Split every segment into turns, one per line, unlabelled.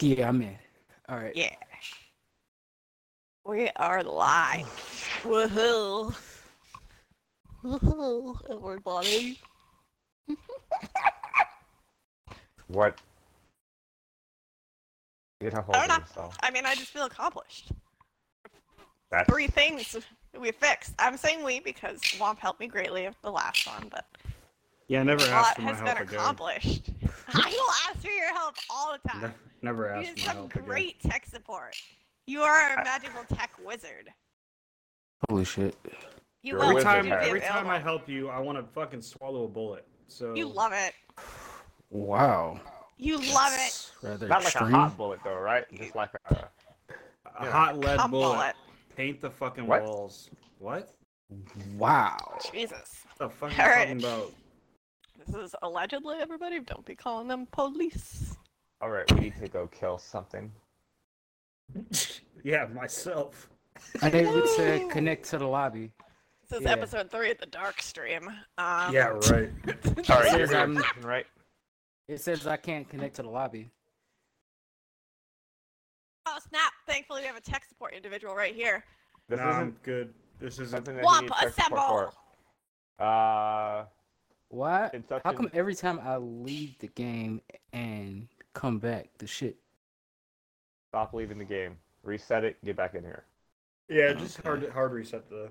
Yeah, I'm in. All right.
Yeah. We are live. Woohoo. Woohoo, everybody.
What? Get a hold
I don't
of
know.
yourself.
I mean, I just feel accomplished.
That's
Three things we fixed. I'm saying we because Womp helped me greatly with the last one, but
Yeah, I never
a
asked
lot
for my
has been
help again.
accomplished. I will ask for your help all the time.
Ne- Never
You
asked
did
for my
some
help again.
great tech support. You are a magical tech wizard.
Holy shit.
You
You're a
love to
wizard,
Every time,
be
Harry.
every time I
available.
help you, I want to fucking swallow a bullet. So
You love it.
Wow.
You love it.
That's Rather
not like a
extreme.
hot bullet though, right? Just like a
A
yeah.
hot lead
Come
bullet.
bullet.
Paint the fucking
What?
walls. What?
Wow.
Jesus.
The fuck
All
are
right.
you talking about?
This is allegedly, everybody. Don't be calling them police.
all right, we need to go kill something.
Yeah, myself.
I think we said
Woo!
connect to the lobby.
This is
Yeah.
episode three of the Dark Stream. Um,
yeah,
All
right.
right, you're
Says
here,
Um,
I'm-
right?
It says I can't connect to the lobby.
Oh snap! Thankfully, we have a tech support individual right here.
This
Nah, I'm
isn't
good. This isn't.
something that
Womp,
we need tech support
assemble!
for. Uh,
Why? How
Inception.
come every time I leave the game and come back, the shit?
stop leaving the game. Reset it. Get back in here.
Yeah, just
Okay.
hard hard reset the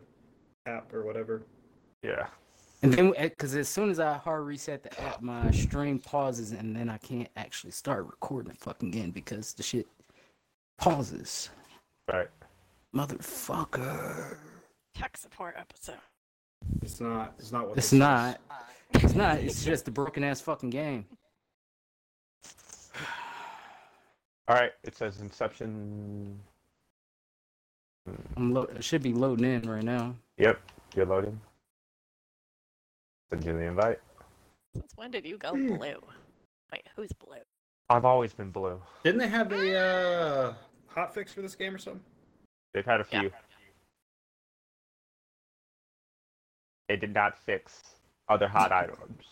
app or whatever.
Yeah.
And then, because as soon as I hard reset the app, my stream pauses, and then I can't actually start recording fucking again because the shit pauses.
All right.
Motherfucker.
Tech support episode.
It's not. It's not what.
It's
this
not. It's not. It's just a broken ass fucking game.
All right. It says Inception.
I'm lo- I should be loading in right now.
Yep. You're loading. Send you the invite.
Since when did you go blue? Wait, who's blue?
I've always been blue.
is. Didn't they have a uh, hot fix for this game or something?
They've had a
Yeah.
few. They did not fix other hot items.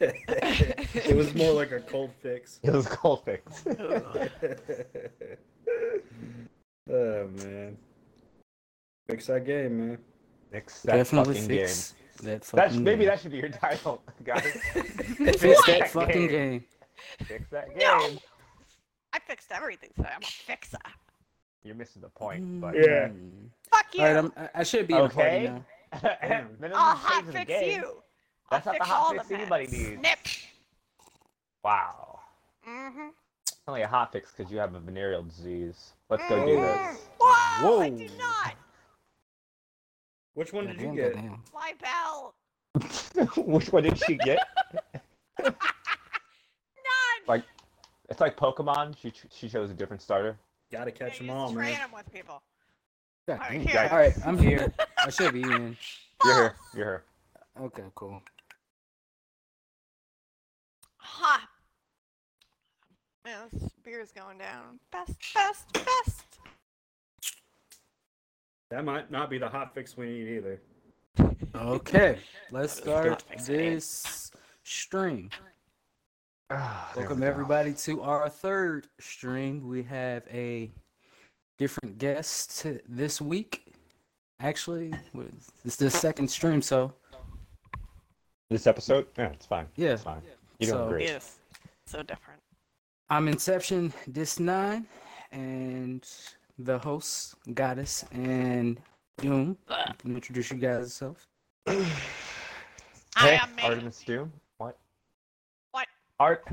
it was more like a cold fix.
It was cold fix.
oh man, fix that game, man.
Fix that
Definitely
fucking
fix
game.
that fucking
That's
game.
maybe that should be your title, guys.
fix
What?
that fucking game.
fix that game.
No! I fixed everything today. I'm a fixer.
You're missing the point, but
Yeah.
Mm.
Fuck you.
All right, I'm, I- I should be in a party
Okay.
now.
Damn.
Minimum
I'll
stage
hot
of the
fix
game.
you.
That's
I'll
not the
fix
hot
all
fix
the
anybody
meds.
needs.
Snip.
Wow.
Mm-hmm.
Only a hot fix because you have a venereal disease. Let's go do this.
mm-hmm. Mm. Whoa! I do
Whoa.
not.
Which one did you
Goddamn,
get?
goddamn.
My bell.
Which one did she get?
None.
Like, it's like Pokemon. She ch- she chose a different starter.
Gotta
Yeah,
catch
you
them
just
all,
train
man.
'em with people.
Goddamn.
here.
All right, I'm here. I should be in.
Ah!
You're here. You're here.
Okay, cool.
Ha! Man, this beer's going down. Best, best, best.
That might not be the hot fix we need either.
Okay, let's start
Fix the game.
this stream.
Ah, there
Welcome
we go.
everybody to our third stream. We have a different guest this week. Actually, what- it's the second stream, so
This episode? Yeah, it's fine.
yeah.
It's fine. You're doing
So-
great.
Yes. So different.
I'm Inception Dis Nine, and the hosts Goddess and Doom. You can introduce you guys yourself.
I
Hey,
am made.
Artemis Doom. What?
What?
Art.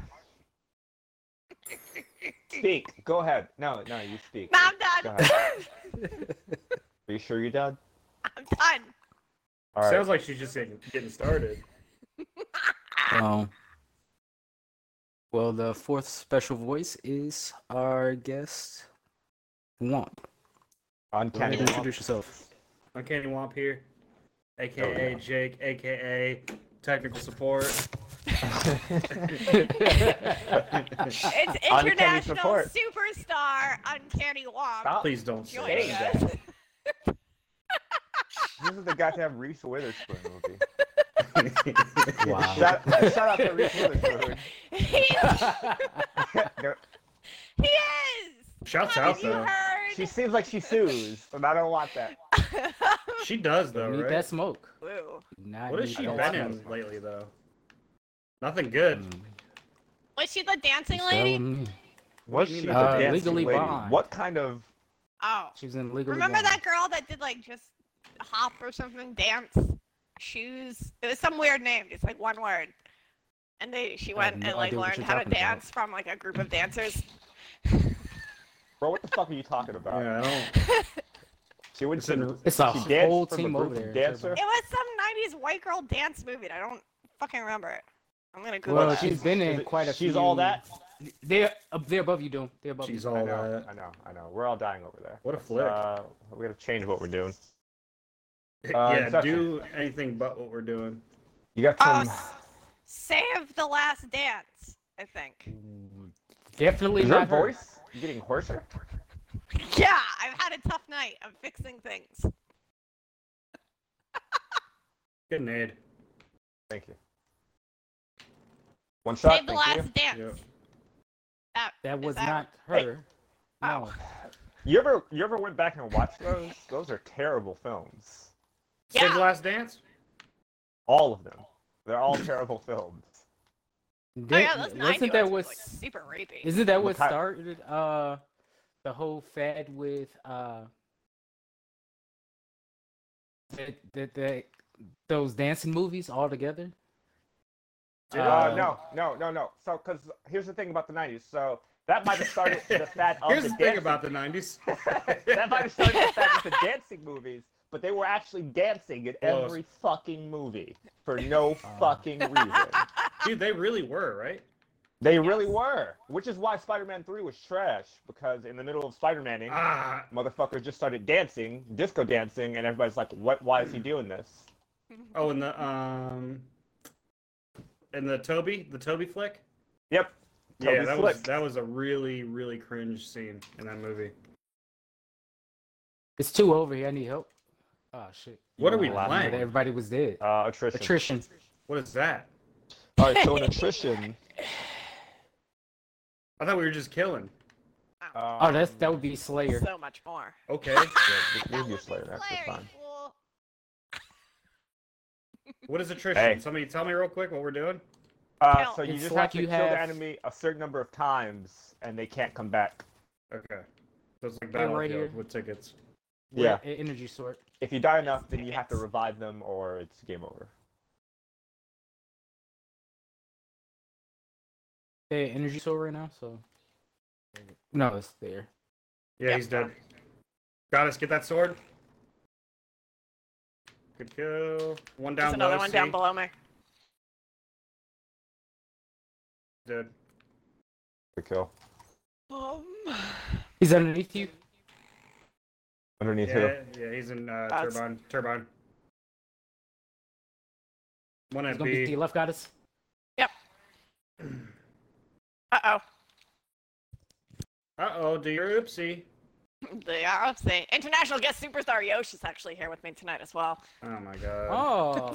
Speak. Go ahead. No, no, you speak.
No, I'm done.
Go Are you sure you're done?
I'm done.
All right.
Sounds like she's just getting, getting started.
Um, well, the fourth special voice is our guest Womp. Can
Uncanny.
you
Womp.
introduce yourself?
Uncanny Womp here,
Oh,
aka Jake, aka technical support.
It's
Uncanny
international
support.
superstar Uncanny Womp.
Stop.
Please don't
Joining
say
Hey.
us.
that.
This is the goddamn Reese Witherspoon movie.
Wow.
Shout, shout out to Reese Witherspoon.
he, he
No,
is.
Shouts
Have
out
you
though.
heard?
She seems like she sues, and I don't want that.
She does though,
Don't need
right?
that smoke.
Woo.
Not
What has
need
she
that
been
smoke.
in lately though? Nothing good.
Mm,
Was she the dancing
she's
lady?
telling me.
What
Was
do you
she
mean
the
by
Uh,
dancing
Legally
lady?
Blonde.
What kind of?
Oh.
She was in legal.
Remember that girl that did like just hop or something, dance, shoes? It was some weird name, just like one word. And they she
I have
went
no
and like
idea what
learned
you're
how to
talking about.
dance from like a group of dancers.
Bro, what the fuck are you talking about?
Yeah, I don't.
She went
It's in-
to.
It's a
she danced
whole
from a
team
group
over
of
there.
dancer-
It was some 90s white girl dance movie. and I don't fucking remember it. I'm gonna Google
Well,
that.
she's been
Is
in
it-
quite a few.
She's all that.
They're up. They're above you, Doom. They're above
She's
you.
I
all
know.
that.
I know. I know. We're all dying over there.
What a flick.
Uh, we gotta change what we're doing.
yeah,
Inception.
do anything but what we're doing.
You got
Oh,
some.
s- Save the Last Dance, I think.
Definitely
Is your
not her.
voice getting hoarser?
Mm.
Yeah, I've had a tough night. I'm fixing things.
Good nade.
Thank you. One shot.
Save the
thank
Last Dance.
Yep.
That,
That
is
was
that-
not
Hey.
her.
Ow.
No.
you. You ever you ever went back and watched those? Those are terrible films.
Save
Yeah.
the last dance.
All of them. They're all terrible films.
Oh, yeah,
Didn't-
those 90
wasn't that
ones were,
what?
like, super rapey.
Isn't that what
Makai-
started uh the whole fad with uh that that that those dancing movies all together? Um,
Did
Uh,
it?
no, no, no, no. So, because here's the thing about the '90s. So that might have started the fad of
Here's
the
the thing
dancing-
about the '90s.
that might have started the fact that the dancing movies, but they were actually dancing in
Close. Uh.
every fucking movie for no fucking reason.
Dude, they really were, right?
They really were, which is why Spider-Man 3 was trash because in the middle of Spider-Maning,
Ah,
motherfuckers just started dancing, disco dancing, and everybody's like, "What? Why is he
Mm.
doing this?"
oh, and the um, and the Toby, the Toby flick.
Yep.
yeah,
Toby
that was
Flick.
that was a really really cringe scene in that movie.
It's two over here. I need help. Oh shit!
What are
Uh,
we
I remember
playing?
that Everybody was dead.
Uh, attrition.
Attrition.
What is that?
All right, so in attrition.
I thought we were just killing.
Oh, that's
um,
that would be Slayer.
So much more.
Okay.
yeah, we-
That
we'll
would
use
be
Slayer next
Slayer,
time.
you fool.
what is attrition?
Hey.
Somebody tell me real quick what we're doing.
Uh,
Count.
so you
It's
just
like
have to
you
kill the
have-
enemy a certain number of times, and they can't come back.
Okay. So it's like
Hey, right
battlefield
here.
with tickets.
Yeah.
E- Energy sword.
If you die enough, then you have to
Tickets.
revive them, or it's game over.
The energy sword right now. So. No, it's there.
Yeah,
Yep.
he's dead. Got us. Get that sword. Good kill. One down
There's another
below,
one down
see?
below me.
Dead.
Good kill.
Um,
He's underneath you.
Underneath who?
Yeah, yeah, he's in uh,
That's-
turbine. Turbine. One
He's gonna be to
FB.
your left, goddess.
uh oh.
Uh oh, do your oopsie.
The RFC. International guest superstar Yosh is actually here with me tonight as well.
Oh my god.
Oh.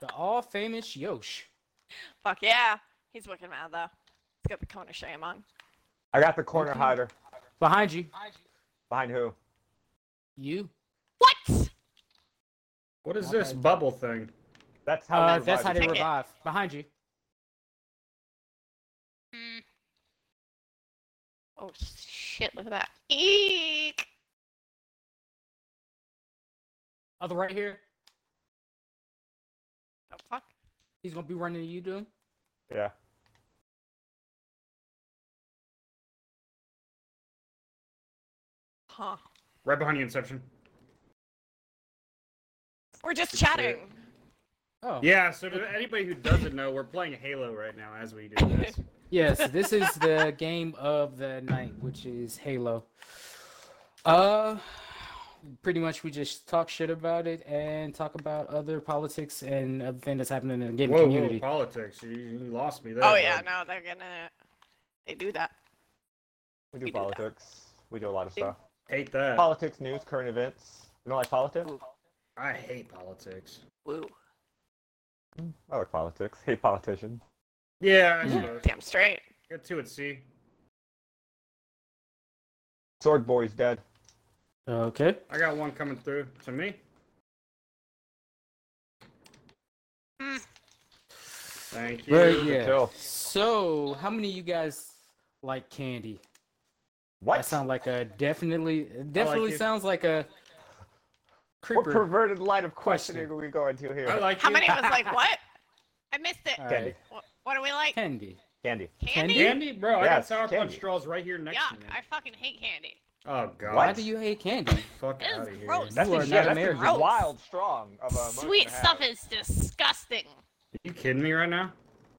the all famous Yosh.
Fuck yeah. He's wicked mad though. He's got the cone of shame on.
I got the corner hider.
Behind you.
Behind who?
You.
What?
What is
Not
this
bad.
bubble thing?
That's how.
Uh,
they
that's how
revive
they
each
Take
other.
it.
revive. Behind you.
Oh shit, look at that. Eek.
Other right here.
Oh fuck.
He's gonna be running to you, dude.
Yeah.
Huh.
Right behind you, Inception.
We're just chatting.
Oh.
Yeah, so to anybody who doesn't know, we're playing Halo right now as we do this.
Yes, this is the game of the night, which is Halo. Uh, pretty much we just talk shit about it and talk about other politics and other thing that's happening in the gaming
whoa, whoa,
community.
politics. You, you lost me there.
Oh yeah,
bud.
no, they're gonna they do that.
We do
We do that.
politics. We do a lot of
Big-
stuff.
Hate that.
Politics, news, current events. You don't like politics?
I hate politics.
Woo.
I like politics. Hate politicians.
Yeah, I suppose.
Damn straight.
Get to it, see?
Sword Boy's dead.
Okay.
I got one coming through to me.
Mm.
Thank you.
Right, yeah.
tell.
So, how many of you guys like candy?
What?
That sounds like a definitely, it definitely
it.
sounds like a
what
creeper.
perverted line of
Question.
questioning are we going to here?
I like
How
you.
many was like what? I missed it.
All right.
Candy.
What, what do we like?
Candy.
Candy.
Candy?
Candy, bro. I got
Yes,
sour
candy.
punch straws right here next
Yuck!
to me.
I fucking hate candy.
Oh god.
Why do you hate candy?
Fuck
This is
out of here.
gross.
That's
You
the
are
shit.
not
That's the
American.
wild strong of a month and a
Sweet stuff
half.
is disgusting.
you kidding me right now?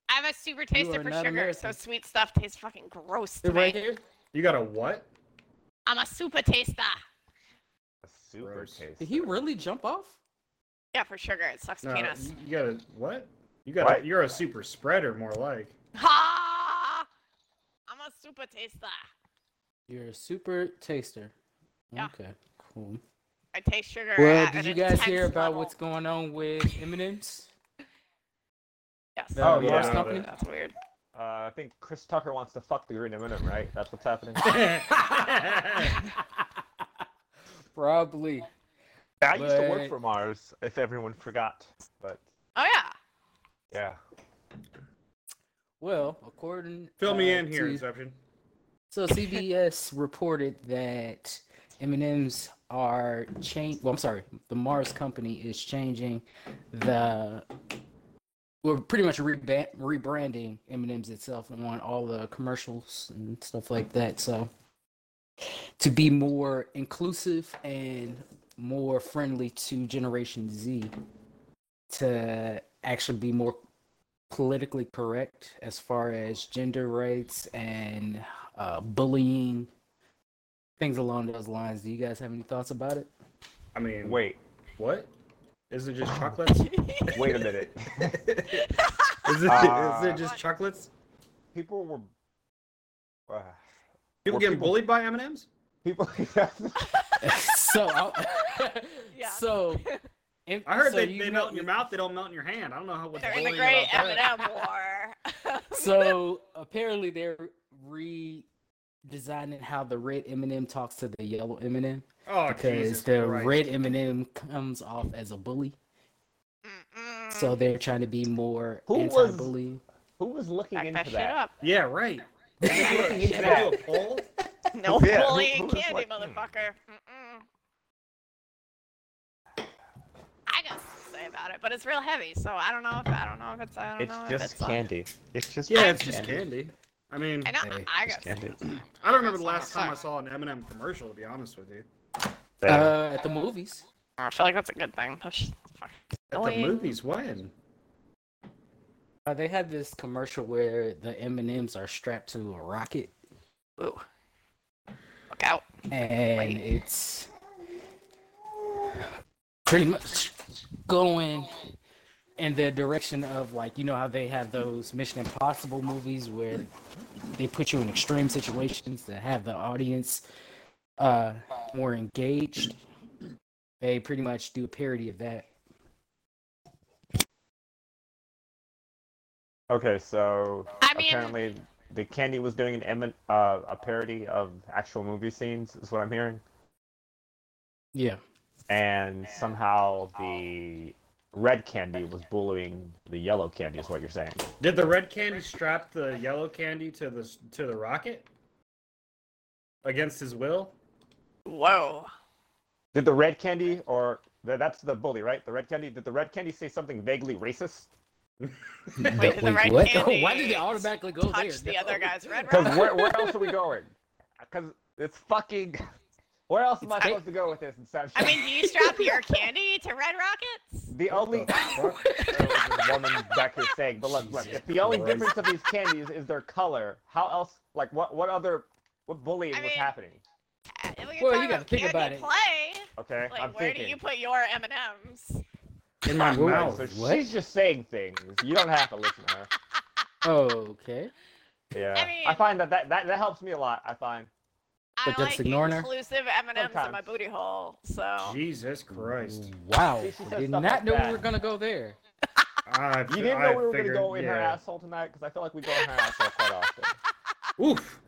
I'm a super taster
are
for
not
sugar, so
American.
sweet stuff tastes fucking gross to me.
right here.
You got a what?
I'm a super taster.
A super
Gross.
taste.
Did he really jump off?
Yeah, for sugar, it sucks
No,
penis.
Uh, you you got a what? You got
What?
A, you're a super spreader more like.
Ha! I'm a super taster.
You're a super taster.
Yeah.
Okay. Cool.
I taste sugar.
Well,
at
did
an
you guys hear
intense
about
level.
what's going on with M&M's?
Yes.
The
Oh,
Mars
yeah.
company?
That's weird.
Uh, I think Chris Tucker wants to fuck the Green Minimum, right? That's what's happening.
Probably.
I used to work
But-
for Mars, if everyone forgot. But
Oh yeah.
yeah.
Well, according
Fill me
uh,
in here,
to-
Inception.
So CBS reported that M&Ms are change. Well, I'm sorry, the Mars company is changing the. We're pretty much reba- rebranding M&Ms itself and on all the commercials and stuff like that. So to be more inclusive and more friendly to Generation Z, to actually be more politically correct as far as gender rights and uh, bullying, things along those lines. Do you guys have any thoughts about it?
I mean,
Wait.
what? Isn't it just chocolates?
Wait a minute.
Is it,
Uh,
is it just chocolates?
people were. Uh,
People
Were
getting
people-
bullied by M&Ms?
people.
so, I-
Yeah.
so, and-
I heard
so
they,
you
they
know-
melt in your mouth. They don't melt in your hand. I don't know how what's
They're in
bullying
the Great
about that.
M&M War.
So apparently they're redesigning how the red M&M talks to the yellow M&M
Oh,
because
Jesus
the
Christ.
red M&M comes off as a bully.
Mm-mm.
So they're trying to be more
Who was-
anti-bully.
Who was looking
Back that
into
shit
that?
up.
Yeah, right. Can I do a- can I do a poll?
No
Yeah, who-
bullying
who was
candy,
like, hmm.
motherfucker. Mm-mm. I got something to say about it, but it's real heavy, so I don't know if I don't know if it's I don't
It's
know if
just
it's uh,
candy. It's just
Yeah, it's just candy. I mean,
I know
Hey,
I
It's
got
candy.
I don't remember the last time I saw an M&M commercial. To be honest with you,
Uh, at the movies.
I feel like that's a good thing. That's just- fuck.
at the
Annoying.
movies, when?
Uh, they had this commercial where the M and M's are strapped to a rocket,
Ooh. Look out.
and it's pretty much going in the direction of like you know how they have those Mission Impossible movies where they put you in extreme situations to have the audience uh, more engaged. They pretty much do a parody of that.
Okay, so
I mean-
apparently the candy was doing an em- uh, a parody of actual movie scenes, is what I'm hearing,
Yeah.
and somehow the red candy was bullying the yellow candy, is what you're saying.
Did the red candy strap the yellow candy to the to the rocket against his will?
Whoa.
Did the red candy or th- that's the bully, right? The red candy. Did the red candy say something vaguely racist?
Wait, did the red
what? Oh,
candy
Why did they automatically go there?
Touch the
No.
other guy's red
Because
rocket.
where, where else are we going? Because it's fucking. Where else am I
It's- I-
supposed to go with this inception?
I mean, do you strap your candy to red rockets?
the only.
the fuck?
the woman back here saying, but look, look, if the only
Christ.
difference of these candies is their color, how else, like, what, what other, what bullying
I
was
mean-
happening?
Uh, we can
Well,
talk
you gotta think
candy
about it.
Play.
Okay,
Like,
I'm
where
thinking.
do you put your M and M's?
In my
All right,
mouth.
so
what?
she's just saying things. You don't have to listen to her.
Okay.
Yeah.
I mean-
find that, that that that helps me a lot. I find.
I
But that's
like
ignoring her.
inclusive M and M's in my
Sometimes.
booty hole. So
Jesus Christ!
Wow.
See, she said
Did
stuff
not
like
know
that.
we were gonna go there.
I,
You didn't
I
know we were
figured,
gonna go in her
yeah.
asshole tonight because I feel like we go in her asshole quite often.
Oof!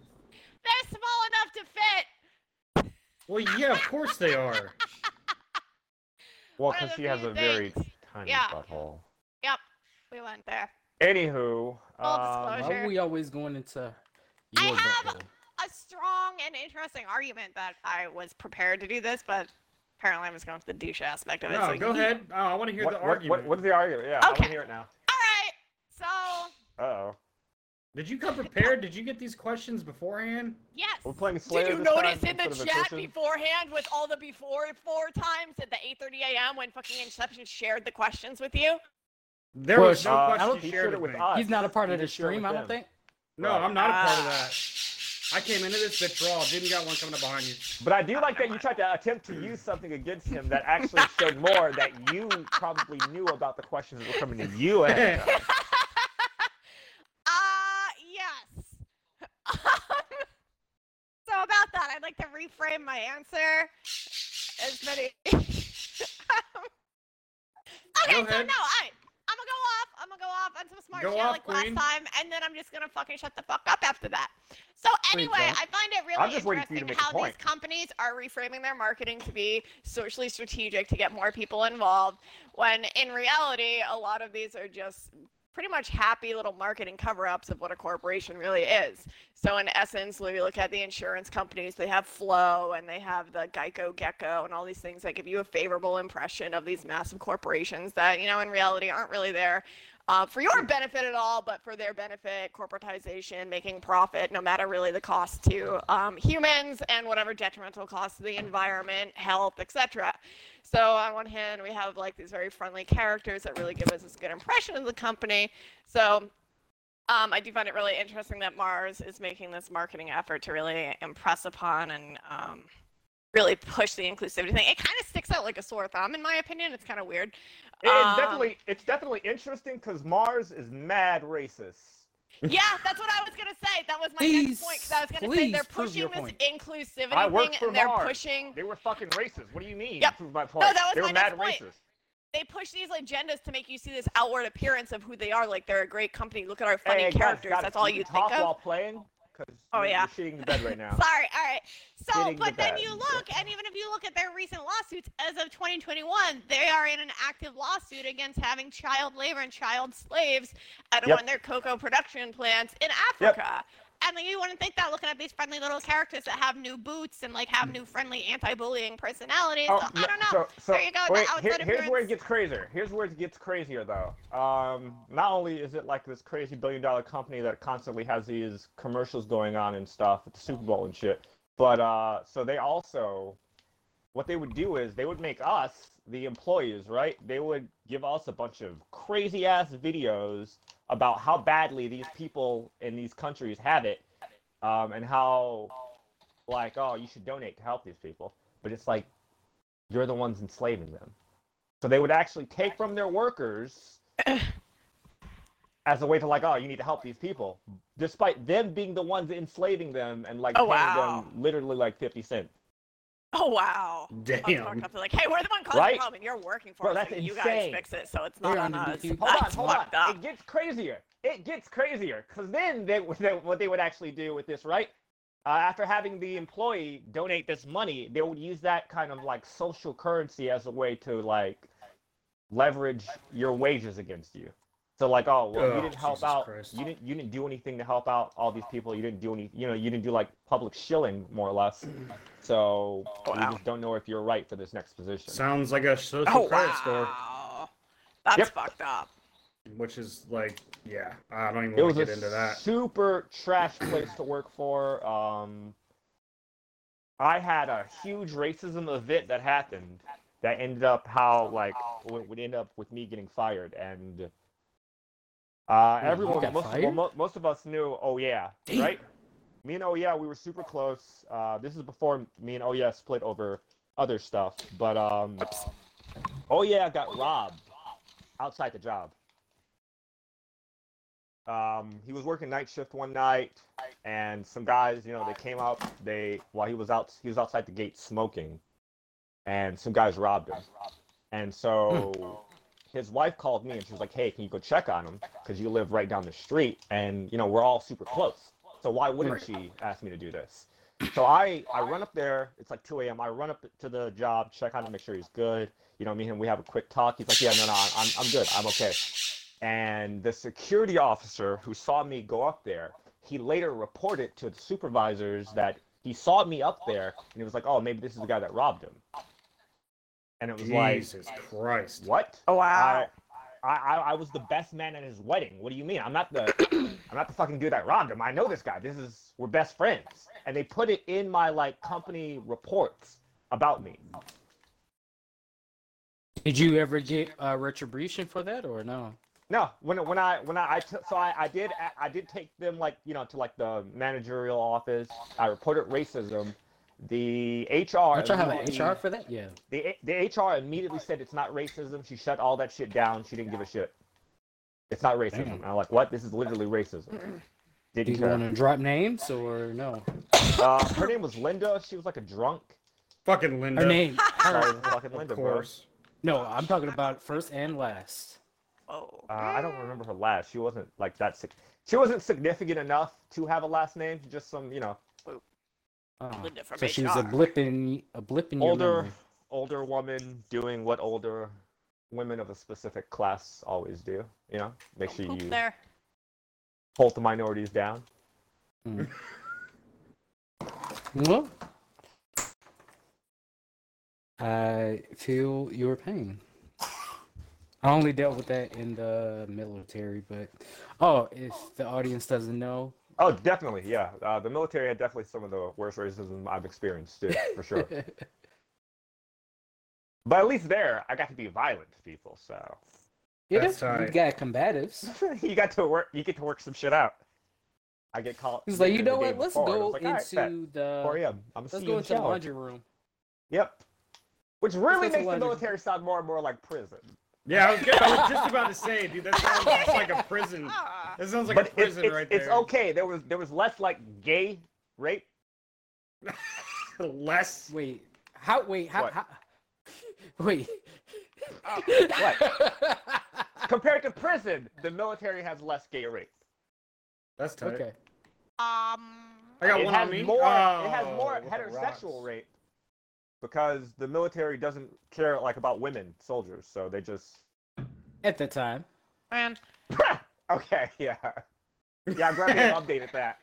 they're small enough to fit.
Well, yeah, of course they are.
Well,
One of
because
the
she has
few
a very
things.
tiny
Yeah.
butthole.
We went there.
Anywho,
Full
um,
Why
Sure.
are we always going into?
I
your
have-
butthole?
A strong and interesting argument that I was prepared to do this, but apparently I was going for the douche aspect of it.
No,
so
go
you-
ahead. Oh, I want to hear
what,
the
what,
argument.
what, what's the argument? Yeah, I want to
Okay.
hear it now.
All right. So
Uh oh.
Did you come prepared? Did you get these questions beforehand?
yes.
We're playing Slayer
Did you
this time
notice in the
instead of
chat
attrition?
beforehand with all the before four times at the 8:30 a.m. when fucking Inception shared the questions with you?
There
Well,
was no
uh,
question
I don't
you
think
shared with me.
us.
He's not a part
You
of the
just share it
stream,
with
I don't
them.
think.
No,
Right.
I'm not a part of
Ah.
that. I came into this bitch raw. Didn't got one coming up behind you.
But I do like that you tried to attempt to use something against him that actually showed more that you probably knew about the questions that were coming to you. ahead of time.
Uh, yes. so about that, I'd like to reframe my answer as many. okay,
Go
so
ahead.
no, I. I'm gonna go off. I'm gonna go off on some smart
Go
shit
off,
like
queen.
last time, and then I'm just gonna fucking shut the fuck up after that. So
Queen,
anyway,
Jack.
I find it really
I'm just waiting for you to
interesting
make a
how these
point.
companies are reframing their marketing to be socially strategic to get more people involved, when in reality, a lot of these are just pretty much happy little marketing cover-ups of what a corporation really is. So in essence, when we look at the insurance companies, they have Flow and they have the Geico Gecko and all these things that give you a favorable impression of these massive corporations that, you know, in reality aren't really there uh, for your benefit at all, but for their benefit, corporatization, making profit, no matter really the cost to um, humans and whatever detrimental cost to the environment, health, etc. So on one hand, we have like these very friendly characters that really give us this good impression of the company. So um, I do find it really interesting that Mars is making this marketing effort to really impress upon and um, really push the inclusivity thing. It kind of sticks out like a sore thumb, in my opinion. It's kind of weird.
It- it's
Um,
definitely it's definitely interesting because Mars is mad racist.
Yeah, that's what I was gonna say. That was my next point. Because I was
Please,
gonna say they're
please prove
pushing
your
this
point.
inclusivity
I work
thing,
for
and they're
Mars.
pushing.
They were fucking racist. What do you mean?
Yep.
Prove my point.
that was
they were
my
mad
next point.
racist.
They push these agendas to make you see this outward appearance of who they are. Like they're a great company. Look at our funny
Hey, guys,
characters.
guys,
that's all
can
you
talk
think of.
while playing. 'Cause
Oh,
you're-
yeah.
You're shitting the bed right now.
Sorry. All right. So,
Hitting the
but then
bed.
you look, and even if you look at their recent lawsuits as of 2021, they are in an active lawsuit against having child labor and child slaves at
Yep.
one of their cocoa production plants in
Yep.
Africa. And then you wouldn't think that looking at these friendly little characters that have new boots and like have new friendly anti-bullying personalities.
Mm. Oh,
so,
no,
I don't know.
So, so
There you go, the
wait,
outside
here- here's where
appearance.
it gets crazier. Here's where it gets crazier, though. Um, not only is it like this crazy billion-dollar company that constantly has these commercials going on and stuff at the Super Bowl and shit, but uh, so they also, what they would do is they would make us the employees, right? They would give us a bunch of crazy-ass videos about how badly these people in these countries have it, um, and how, like, oh, you should donate to help these people. But it's like you're the ones enslaving them. So they would actually take from their workers as a way to like, oh, you need to help these people, despite them being the ones enslaving them and like
Oh,
paying
wow.
them literally like fifty cents.
Oh wow. Up to our
Damn.
company, like, hey, we're the one causing
Right?
the problem, and you're working for
Bro,
us.
that's
so You
insane.
guys fix it, so it's not
They're
on
under
us.
the-
Hold on,
That's
hold on.
fucked up.
It gets crazier. It gets crazier because then they, they what they would actually do with this, right? Uh, after having the employee donate this money, they would use that kind of like social currency as a way to like leverage your wages against you. So like, oh, well,
Oh,
you didn't help
Jesus
out.
Christ.
You didn't. You didn't do anything to help out all these people. You didn't do any. You know, you didn't do like public shilling, more or less. So we
Wow.
just don't know if you're right for this next position.
Sounds like a social
Oh
credit
wow.
score,
That's
Yep.
fucked up.
which is like, yeah, I don't even
it was
want to
a
get into that.
super trash place to work for. Um, I had a huge racism event that happened that ended up how like w- would end up with me getting fired, and uh,
you
everyone
got
most, well,
fired?
mo- most of us knew. Oh yeah,
Damn.
right. Me and Oh yeah, we were super close. Uh, this is before me and Oh yeah split over other stuff, but um, Oh yeah, got robbed outside the job. Um, he was working night shift one night, and some guys, you know, they came up. They while he was out, he was outside the gate smoking, and some guys robbed him. And so his wife called me, and she was like, "Hey, can you go check on him? Because you live right down the street, and you know we're all super close. So why wouldn't
Right.
she ask me to do this?" So I I run up there. It's like 2 a.m. I run up to the job, check on him, make sure he's good. You know, me and him, we have a quick talk. He's like, yeah, no, no, I'm I'm good. I'm okay. And the security officer who saw me go up there, he later reported to the supervisors that he saw me up there and he was like, oh, maybe this is the guy that robbed him. And it was like,
Jesus Christ.
what?
Oh,
I, I, I I was the best man at his wedding. What do you mean? I'm not the I'm not the fucking dude that robbed him. I know this guy. This is we're best friends. And they put it in my like company reports about me.
Did you ever get uh, retribution for that or no?
No, when when I when I, I took so I, I did a- I did take them like you know to like the managerial office. I reported racism. The HR
Don't y'all have an
immediately-
HR for that? Yeah.
the the HR immediately said it's not racism. She shut all that shit down. She didn't give a shit. It's not racism.
Damn.
And I'm like, what? This is literally racism.
Do
Didn't
you want
care.
to drop names or no?
Uh, her name was Linda. She was like a drunk.
Fucking Linda.
Her name.
Sorry,
Her.
fucking
Of
Linda, bro.
course.
No, I'm talking about first and last.
Oh.
Uh, I don't remember her last. She wasn't like that sick. She wasn't significant enough to have a last name. Just some, you know,
Oh,
Linda from
so she was a
HR.
blip in a blip in your
older,
memory.
older woman doing what older women of a specific class always do. You know, make
Don't
sure
poop
you
there.
hold the minorities down.
Well, I feel your pain. I only dealt with that in the military, but oh, if the audience doesn't know,
Oh, definitely, yeah. Uh, the military had definitely some of the worst racism I've experienced, too, for sure. but at least there, I got to be violent to people, so
yeah,
That's
you
tight.
got combatives.
you got to work. You get to work some shit out. I get called.
He's like,
the
you know
day
what? Let's
before, and I
go
was like, "All right,
into
bet.
the
4 a.m. I'm
let's
seeing
go into the
shower."
laundry room.
Yep. Which
go
really
to
makes the
laundry.
military sound more and more like prison.
Yeah, I was, gonna- I was just about to say, dude, that sounds just like a prison.
Ah.
That sounds like
but
a
it's-
prison
it's,
right
it's
there.
okay. There was there was less like gay rape.
Less.
Wait, how? Wait, how?
What?
how wait.
Oh,
Compared to prison, the military has less gay rape.
That's tight.
okay.
Um.
I got
it
one
has
on me.
more.
oh,
it has more
with the
heterosexual
rocks.
rape because the military doesn't care like about women soldiers, so they just.
At the time.
Man.
okay, yeah, yeah. I'm glad they updated that.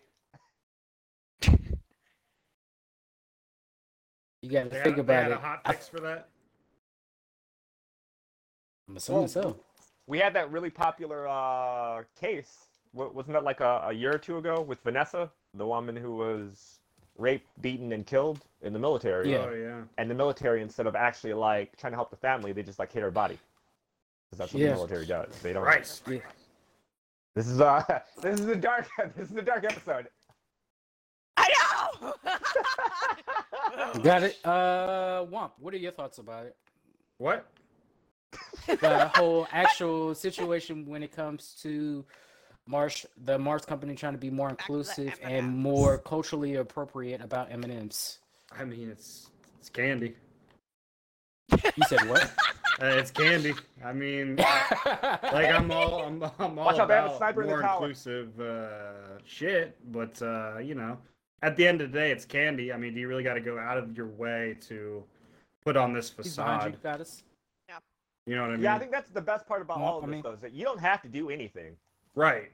You gotta
They had,
think
they
about
had
it.
a hot fix for that.
I'm assuming
Well,
so.
We had that really popular uh, case. Wa- Wasn't that like a, a year or two ago with Vanessa, the woman who was raped, beaten, and killed in the military?
Yeah.
Oh yeah.
And the military, instead of actually like trying to help the family, they just like hit her body. 'Cause that's what
Yeah.
the military does. They don't.
Christ.
Yeah.
This is uh, this is a dark, this is a dark episode.
I know.
Got it. Uh, Womp, what are your thoughts about it?
What?
The whole actual situation when it comes to Marsh, the Mars company trying to be more
to the
inclusive and
M&Ms.
more culturally appropriate about M and M's.
I mean, it's it's candy.
You said what?
Uh, it's candy. I mean, like I'm all I'm, I'm all
Watch out, they have a
about
sniper in the
more
tower.
inclusive uh, shit, but uh, you know, at the end of the day, it's candy. I mean, do you really got to go out of your way to put on this
He's behind
facade?
you, goddess.
You know what I mean?
yeah, I think that's the best part about
Well,
all
I
of this,
mean-
though, is that you don't have to do anything,
right,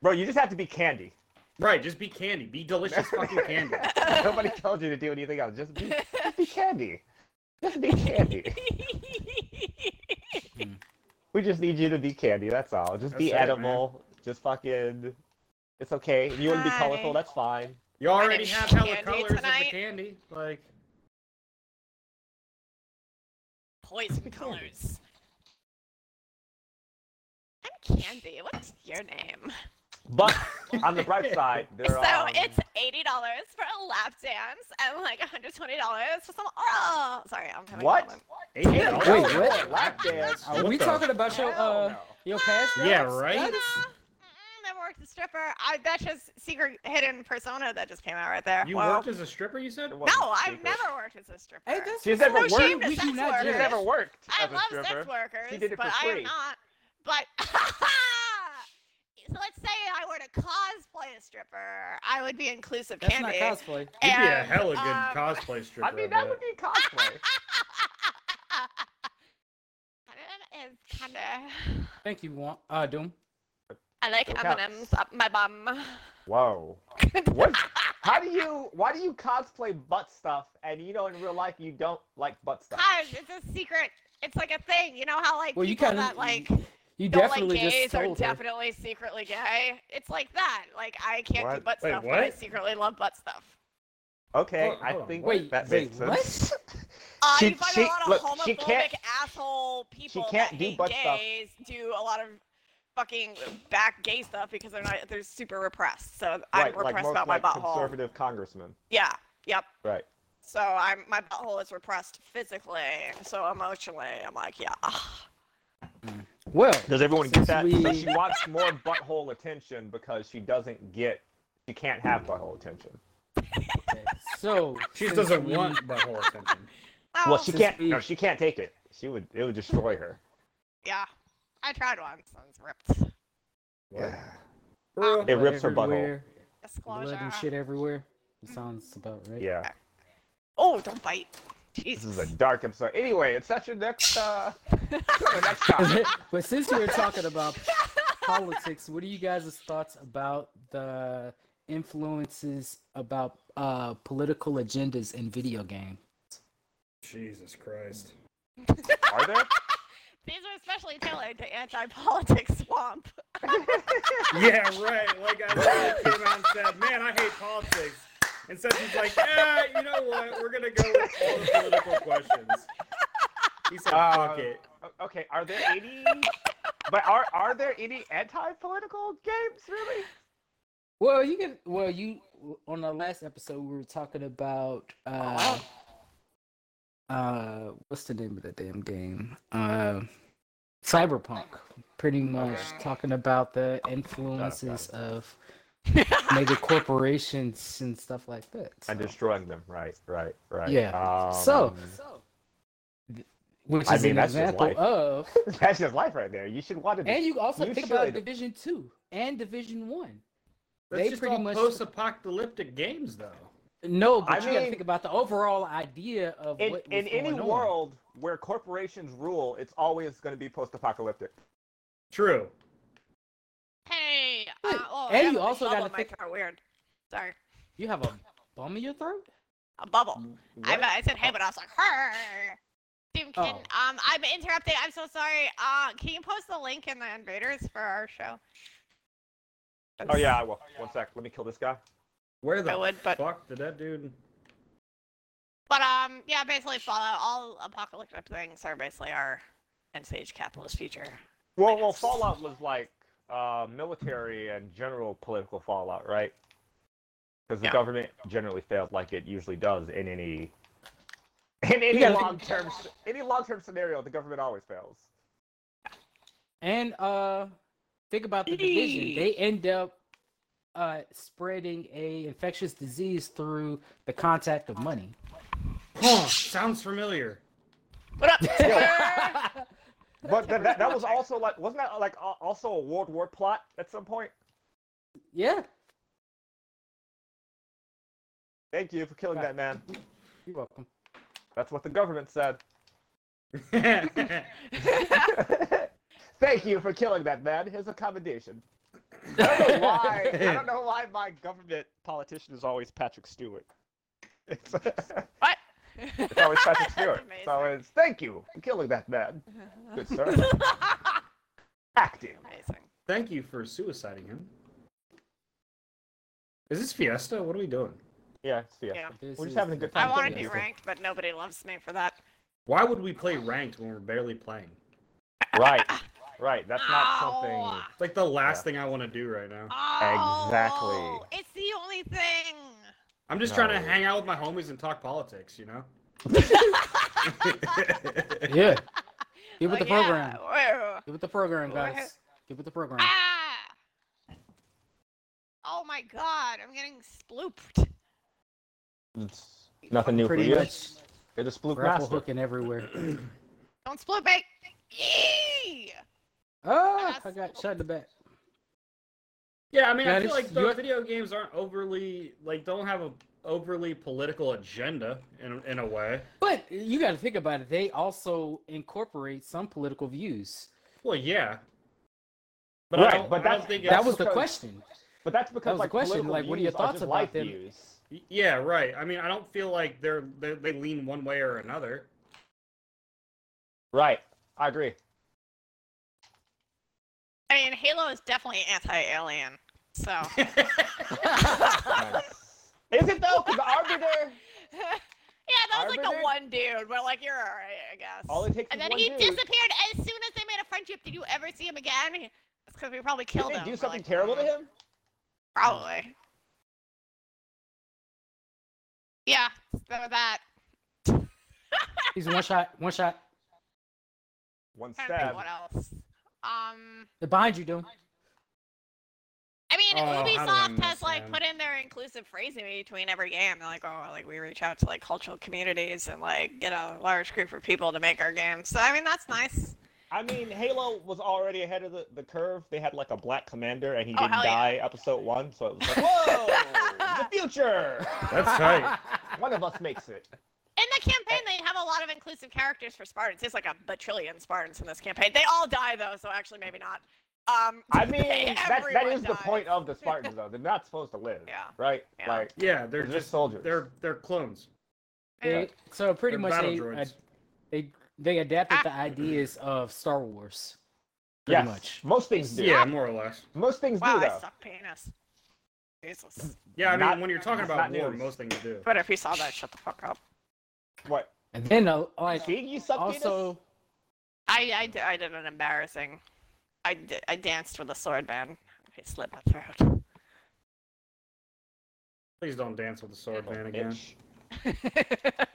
bro. You just have to be candy.
right. Just be candy. Be delicious fucking candy.
Nobody told you to do anything else. Just be, just be candy. Just be candy. We just need you to be candy. That's all. Just be
That's it, man.
edible. Just fucking. It's okay. You want to be colorful?
Hi.
That's fine.
You already
it's
have hella
candy
colors of the
tonight.
candy. Like,
Poison colors. I'm Candy. What's your name?
But on the bright side, there
so
are. um,
it's eighty dollars for a lap dance and like one hundred twenty dollars for some oral. Sorry, I'm having a
What?
moment.
eight dollars
Wait,
for
what?
a
Lap dance?
Are Uh, we
What the-
talking about your
Hell
Oh,
uh
no.
your past?
Yeah,
lives,
right?
goddess?
Uh, mm, Never worked a stripper. I that's just secret hidden persona that just came out right there.
You
Wow.
worked as a stripper, you said?
It wasn't
No, I've
secret.
never worked as a stripper.
Hey, that's
She's never
no
worked.
shame to
We do
sex
not
workers.
do
She's
that.
never worked
I
as a
love
stripper.
sex workers,
She did it
but
for
I
free.
am not. But so let's say I were to cosplay a stripper, I would be inclusive
That's
candy.
not cosplay.
You'd be a
And,
hella good
um,
cosplay stripper.
I mean, that would
bet.
be cosplay.
That is kind of.
Thank you, Wa- uh, Doom.
I like
Don't
M
count.
and M's up my bum.
Whoa. What? How do you? Why do you cosplay butt stuff and you know in real life you don't like butt stuff?
Cause it's a secret. It's like a thing. You know how like
Well, you
people
kinda-
that like
You
don't like
definitely
gays
just
are
told her.
definitely secretly gay. It's like that. Like I can't do
What?
butt
Wait,
stuff, but I
what?
secretly love butt stuff.
Okay,
Hold-
I
hold on,
think
Wait,
that
wait,
makes
what?
sense.
Uh,
She-
you find
she-
a lot of
look, she
homophobic
can't-
asshole people
can't
that
do
hate
butt stuff.
gays do a lot of fucking back gay stuff because they're not they're super repressed. So I'm
right, like
repressed
most
about
like
my butthole.
conservative congressman.
Yeah. Yep.
Right.
So I'm my butthole is repressed physically. So emotionally, I'm like, yeah.
Well,
Does everyone
Since
get that?
we-
So she wants more butthole attention because she doesn't get, she can't have butthole attention.
okay, so
She
since
doesn't
we-
want butthole attention.
Well,
Well, she
Since
can't.
we-
No, she can't take it. She would. It would destroy her.
yeah. I tried once. I was ripped.
What?
It rips her butthole.
everywhere,
Disclosure.
Blood and shit everywhere.
Mm.
That sounds about right.
Yeah.
Oh, don't bite.
This is
Jesus.
a dark episode. Anyway, it's not your next. Uh, your next topic.
but since we were talking about politics, what are you guys' thoughts about the influences about uh, political agendas in video game?
Jesus Christ.
Are there?
These are especially tailored to anti-politics swamp.
Yeah, right. Like I literally came out and said, "Man, I hate politics," and said he's like, "Ah, you know what? We're gonna go with all the political questions." He said,
Uh,
"Fuck it."
o- Okay. Are there any? But are are there any anti-political games really?
Well, you can. Well, you on our last episode we were talking about uh, uh, what's the name of the damn game? Uh, Cyberpunk. Pretty much talking about the influences of mega corporations and stuff like that. so.
And destroying them. Right. Right. Right.
Yeah.
Um,
so, th- which
I
is
mean,
an
that's just
example
life.
of,
Um, that's just life right there. You should want to.
and you also
You
think
should.
about Division Two and Division One.
That's
they
just
pretty
all
much-
post-apocalyptic games, though.
No, but
I
you got to
mean-
think about the overall idea of
in,
what was
in any
going on.
world where corporations rule, it's always going to be post-apocalyptic.
True.
Hey. Uh,
Wait,
oh, I
and
have
you
a
also
bubble
gotta
in my
think-
throat. Weird. Sorry.
You have a bum in your throat.
A bubble. I,
What?
I said hey, but I was like, her. Doom, can,
Oh.
um, I'm interrupted. I'm so sorry. Uh, can you post the link in the invaders for our show?
Oh yeah, I will. One sec. Let me kill this guy.
Where the
I would, but
fuck did that dude?
but um, yeah, basically Fallout. All apocalyptic things are basically our end stage capitalist future.
Well, well, Fallout was like uh, military and general political fallout, right? Because the
Yeah.
government generally failed, like it usually does in any in any
gotta think-
long term any long term scenario. The government always fails.
And uh, think about the division.
Eee.
They end up uh, spreading a infectious disease through the contact of money.
Huh, sounds familiar.
What up? sir?
But that, that, that was also like wasn't that uh, like al- also a World War plot at some point?
yeah.
Thank you for killing that man.
You're welcome.
That's what the government said.
That's
Thank you for killing that man. Here's a commendation. I don't know why. I don't know why my government politician is always Patrick Stewart. It's, it's
what?
always Patrick Stewart.
That's
It's always thank you for killing that man. Good sir. Acting.
Amazing.
Thank you for suiciding him. Is this Fiesta? What are we doing?
Yeah, it's yeah.
Yeah.
This
We're
is
just having a
the
good
I
time.
fucking
want to
Yeah.
be
division.
ranked, but nobody loves me for that.
Why would we play ranked when we're barely playing?
Right. Right. That's not
Ow.
something
It's like the last
Yeah.
thing I want to do right now.
Oh, It's the only thing.
I'm just trying to
No.
hang out with my homies and talk politics, you know?
Yeah. Get with
Like,
the
Oh, yeah,
program.
whoa.
Get with the program,
Go
guys.
ahead.
Get with the program.
Ah! Oh my god, I'm getting splooped.
it's nothing new
Pretty
for you.
much
You're the splook
grapple
master.
hooking everywhere.
Don't sploop me! Yee!
Oh,
That's
Ah, I got
cool.
shot in the back.
Yeah, I mean, I
That
feel
is-
like the
you're-
video games aren't overly like don't have a overly political agenda in in a way.
But you got to think about it. They also incorporate some political views.
Well, yeah. But
Right,
I don't,
but
I
that's-
don't think
Yeah,
that
it's-
was the
because-
question.
But that's because
was the
like
question,
political
like, what are your
views
thoughts
just
about
life
them?
views.
yeah, right. I mean, I don't feel like they're, they they lean one way or another.
Right. I agree.
I mean, Halo is definitely anti-alien. So
Nice. Is it though? 'Cause the arbiter.
yeah, that was like the
Arbiter?
one dude, but like you're alright, I guess.
All it takes
and
is
then
one
he
dude.
disappeared as soon as they made a friendship. Did you ever see him again? It's because we probably
Did
killed
they
him.
do
We're
something
like,
terrible to
"Mm,
him?
Probably. Yeah, that was that.
He's one shot, one shot.
One
Trying to think
stab.
what else. Um,
They're behind you, Doom.
I mean,
Oh, how did I
Ubisoft
miss
has like
him?
put in their inclusive phrasing between every game. They're like, oh, like we reach out to like cultural communities and like get a large group of people to make our games. So I mean, that's nice.
I mean, Halo was already ahead of the, the curve. They had like a black commander, and he
Oh,
didn't
hell yeah.
die. Episode one, so it was like, whoa, the future.
That's tight.
One of us makes it.
In the campaign,
Eh
they have a lot of inclusive characters for Spartans. There's like a batrillion Spartans in this campaign. They all die though, so actually maybe not. Um,
I mean, that, that
everyone
is the
dies.
point of the Spartans, though. They're not supposed to live,
Yeah.
right?
Yeah.
Like
Yeah, they're
they're
just
just soldiers.
they're they're clones.
They- so pretty
They're
much
battle
they,
droids.
ad- they they adapted the ideas of Star Wars. Pretty
yes.
much.
Most things do.
Yeah, more or less.
Most things
Wow,
do,
I
though.
suck penis. Jesus.
Yeah, I mean,
Not-
when you're talking
it's
about
not
war,
news.
most things do.
But if you saw that, shut the fuck up.
What?
And then uh, like
Big, you suck
also
I, I, d- I did an embarrassing. I, d- I danced with a sword man. He slit my throat.
Please don't dance with the sword man
penis?
again.
Bitch.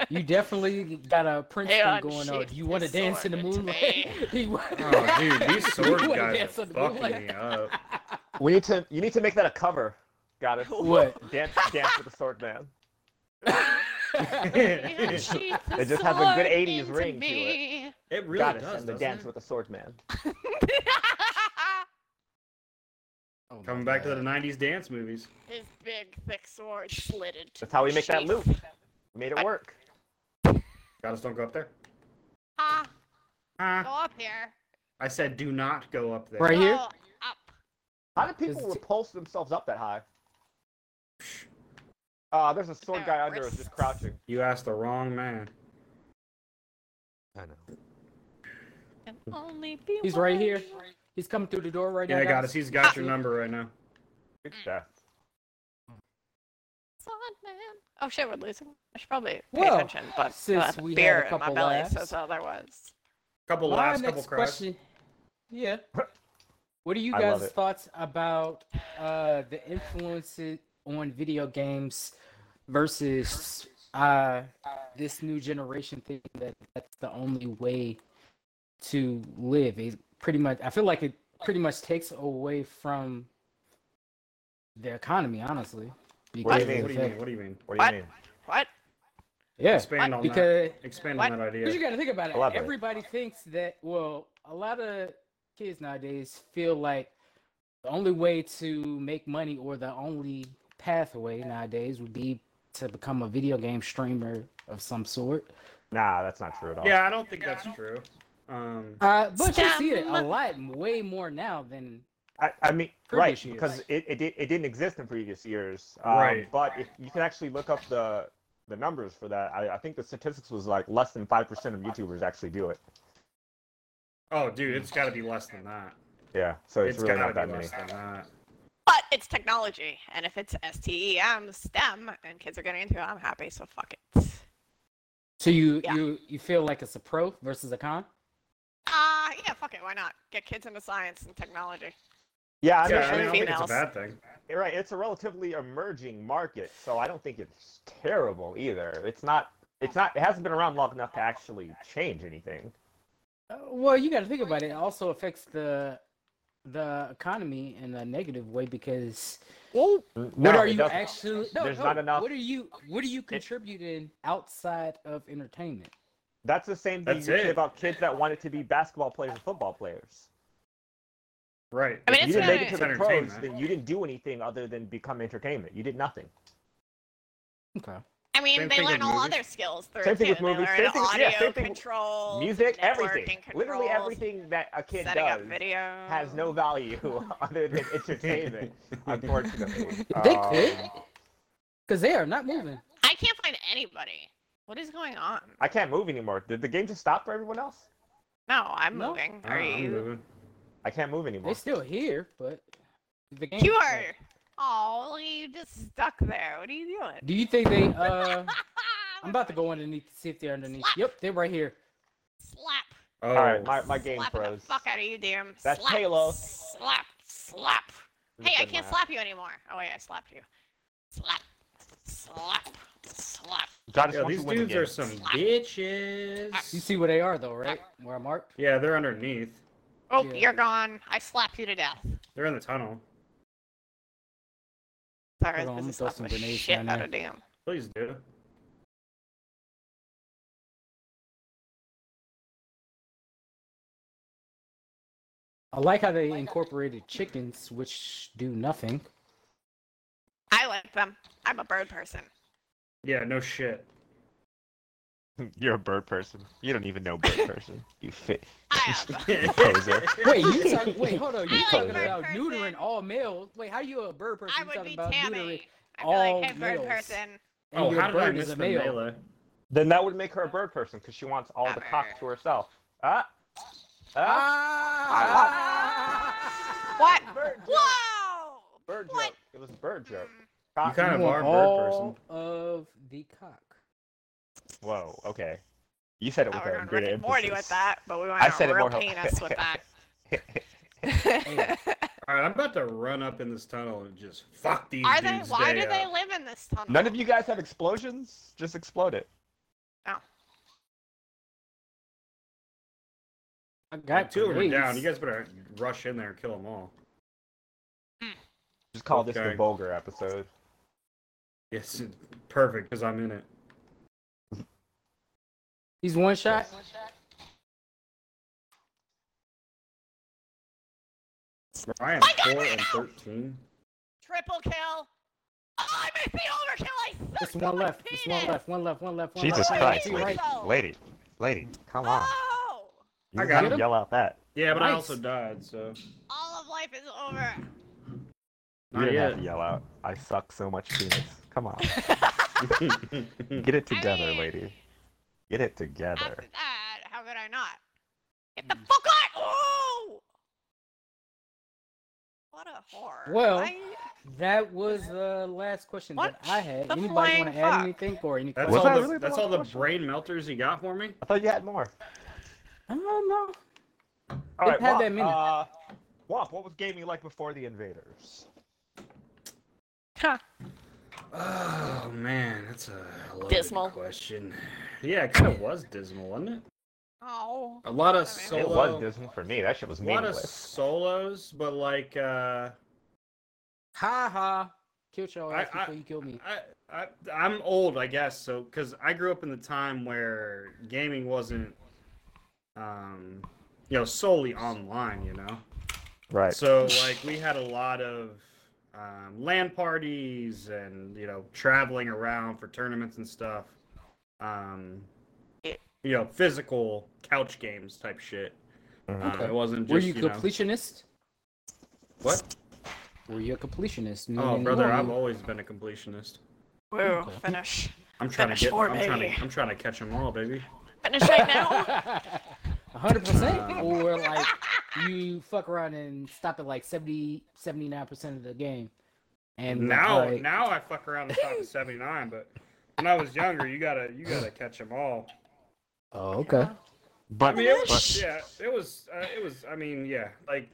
you definitely got a Prince
Yeah,
thing going on.
shit,
You want to
it's
dance in the
so into
moonlight? You wanna-
Oh, dude, these sword
You wanna
guys
dance
are
in the moonlight?
fucking me up.
We need to. You need to make that a cover. Got it.
What?
Dance, dance with the sword man.
it
just has a good 80s ring to it.
It really
Got it.
does.
and the
doesn't
dance
it?
with the sword man.
Oh my
Coming back to the
God.
90s dance movies.
His big, thick sword slid into
That's how we make that
sheath.
loop. Made it
I-
work.
Gotta don't go up there.
Ah,
Ah,
go up here.
I said do not go up there.
Right here?
Go Up.
How do people
Is-
repulse themselves up that high? Uh, there's a sword
Their
guy under us just
wrists.
crouching.
You asked the wrong man.
I know.
Can only be
He's right
one.
here. He's coming through the door right
Yeah,
now.
I got
guys.
us. He's got your number right now.
Good stuff.
Sword man. Oh shit, we're losing. I should probably pay
Well,
attention, but
since
uh,
we had
beer
a
in my
couple
belly
laughs.
says otherwise.
Couple
My
laughs, couple
next
cries.
question. Yeah. What are you
I love
guys'
it.
thoughts about uh, the influences on video games versus uh, this new generation thing that that's the only way to live? It pretty much. I feel like it pretty much takes away from the economy, honestly.
What
What
do
do
you
because of
you mean?
mean?
What do you
the
mean?
fact-
What
What
do you mean?
do
What?
you mean?
What?
Yeah,
Expand on that.
because
Expand
What?
on that
Because you
idea.
got to think about it.
Elaborate.
Everybody thinks that, well, a lot of kids nowadays feel like the only way to make money or the only pathway nowadays would be to become a video game streamer of some sort.
Nah, that's not true at all.
Yeah, I don't think that's true. Um,
Uh, but you see it a
Stem.
lot, way more now than.
I, I mean, right,
Previous years.
because it, it, di- it didn't exist in previous years. Um,
Right.
But if you can actually look up the the numbers for that. I, I think the statistics was like less than 5% of YouTubers actually do it.
oh, dude, it's got to be less than that.
Yeah, so it's,
it's
really
got
not
to
that
be
many.
less than that.
But it's technology, and if it's STEM, STEM, and kids are getting into it, I'm happy. So fuck it. Uh,
So you
Yeah.
you you feel like it's a pro versus a con?
Ah, uh, yeah, fuck it. Why not? Get kids into science and technology.
Yeah, I mean,
yeah,
I
I, mean,
mean,
I
I
don't
think
think it's a
Females.
bad thing.
You're right it's a relatively emerging market so i don't think it's terrible either it's not it's not it hasn't been around long enough to actually change anything
Uh, well, you got to think about it. It also affects the the economy in a negative way because
N-
what
no,
are
it
you
doesn't.
actually? No,
There's
no,
not enough-
What are you? What are you contributing outside of entertainment?
that's the same thing
That's
you say
it.
about kids that wanted to be basketball players and football players
Right.
I mean,
If
it's
you didn't make
gonna-
it to the
It's
pros,
entertainment.
then you didn't do anything other than become entertainment. You did nothing.
Okay.
I mean,
Same
they
thing
learn
with
all
movies.
other skills through
Same
it,
thing
too.
with movies.
They
Same
learn
thing with-
audio
yeah, same thing with
control,
Music, everything,
networking
literally
controls,
everything that a kid
setting
does
up video
has no value other than entertainment. unfortunately,
They
Um,
could, because they are not moving.
I can't find anybody. What is going on?
I can't move anymore. Did the game just stop for everyone else?
No, I'm
No. Oh,
moving.
Ah,
Are
I'm
you?
moving.
I can't move anymore.
They still here, but the game.
You are. Oh, you just stuck there. What are you doing?
Do you think they? Uh, I'm about to go underneath to see if they're underneath. Yep, they're right here.
Slap.
Oh,
All right, my, my game
slap
froze.
The fuck out of you, damn.
That's
slap,
Halo.
Slap. Slap.
This
Hey, I
didn't
can't
last.
slap you anymore. Oh wait, I slapped you. Slap. Slap. Slap.
God, I just
Yo,
want
these
to win the
dudes
game.
are some bitches.
You see where they are though, right? Where I mark?
Yeah, they're underneath.
Oh,
Yeah.
you're gone. I slapped you to death.
They're in the tunnel.
Sorry,
Hold on,
this
I'm gonna
is
throw
not
some
the
grenades
shit
down
out
there.
of damn.
Please do.
I like how they incorporated chickens, which do nothing.
I like them. I'm a bird person.
Yeah, no shit.
You're a bird person. You don't even know bird person. You fit.
I am.
Oh,
Poser.
Wait, you talk, wait, hold on. You
I
talking
like bird
about neutering
person.
all males? Wait, how you a bird person?
I
You
would
talking
be
about neutering?
Tammy. I'd be like,
all
hey, bird
males.
person.
and
oh,
your
how did I
bird
miss
is a
the
male.
melee?
then that would make her a bird person because she wants all the cock to herself. Ah. Ah.
Ah!
What?
Bird joke.
Whoa!
Bird
What?
joke. It was a bird joke.
Mm,
You
Cock.
kind of
You
are
want
a bird person.
all of the cock.
Whoa. Okay. You said it
Oh,
with
we're
a
going Rick
great
and Morty
emphasis.
with that, but we
I
want
said it
a real
more-
penis with that.
All right, I'm about to run up in this tunnel and just fuck these
Are they?
dudes.
Why
day
do they
up.
live in this tunnel?
uh, None of you guys have explosions. Just explode it.
I got
Like, two of them are down.
grenades.
You guys better rush in there and kill them all.
Just call this the
Okay.
vulgar episode.
Yes, perfect because I'm in it.
He's one shot.
I am
My God,
four
right
and
now!
thirteen.
Triple kill. Oh, I missed the overkill. I sucked
Just
on
one
my
left. Just one
penis!
left. One left. One left. One
Jesus
left.
Christ,
Two right.
lady. Lady, lady, come on.
Oh!
You
I
I
got
gotta
him.
yell out that.
Yeah, but I
Nice.
also died, so
All of life is over.
You
Not
didn't have
yet.
to yell out. I suck so much penis. Come on.
I
Get it together,
mean-
lady. Get it
After
together.
that, how could I not? Get the fuck out! Oh! What a whore.
Well,
I-
That was the last question
What
that I had.
the
Anybody want
flying
to add
fuck?
anything or any?
that's
Was
all.
that
The,
really the
that's
last
all the
question?
brain melters you got for me.
I thought you had more.
I don't know.
All
They've
right,
had
Womp,
that many.
Uh, Womp, what was gaming like before the invaders?
Huh.
Oh man, that's a loaded
Dismal.
question. Yeah, it kind of was dismal, wasn't it?
Oh.
A lot of
It
solo.
It was dismal for me. That shit was
uh, A lot of
meaningless.
solos, but like, uh,
Ha ha. Killed your
I-
ass
I-
before you killed me.
I, I, I'm old, I guess. So, because I grew up in the time where gaming wasn't, um, you know, solely online. You know,
Right.
so like we had a lot of um, LAN parties and you know traveling around for tournaments and stuff. Um, you know, physical couch games type shit.
Mhm.
Uh, it wasn't just
Were you
know-
completionist?
what?
Were you a completionist?
Oh,
Meaning-
brother, I've always been a completionist.
Woo. Finish.
I'm trying to
Finish
get.
for
I'm trying
me.
to. I'm trying to catch them all, baby.
Finish right now.
A hundred percent,
Um,
or like you fuck around and stop at like 70, 79 percent of the game, and
now
like,
now I fuck around and stop at 79, but when I was younger, you gotta you gotta catch them all.
oh okay,
I
But,
mean, it
but
was yeah, it was uh, it was. I mean, yeah, like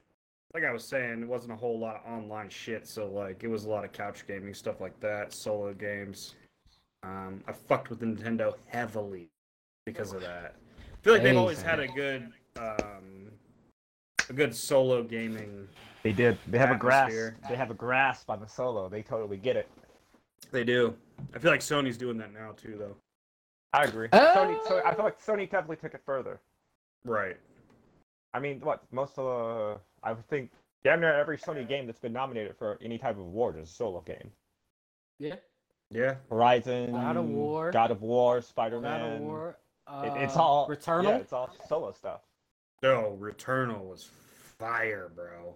like I was saying, it wasn't a whole lot of online shit, so like it was a lot of couch gaming stuff like that, solo games. Um, I fucked with Nintendo heavily because of that. I feel like they've always had a good um, a good solo gaming.
they did. They have a
Atmosphere.
grasp. They have a grasp on the solo. They totally get it.
They do. I feel like Sony's doing that now too, though.
I agree.
Uh,
Sony, so I feel like Sony definitely took it further.
Right.
I mean, what most of the I would think Damn near every Sony game that's been nominated for any type of award is a solo game.
Yeah.
Yeah.
Horizon,
God of War.
God of War, Spider Man.
God of War. Uh,
It, it's all
Returnal.
Yeah, it's all solo stuff.
No, Returnal was fire, bro.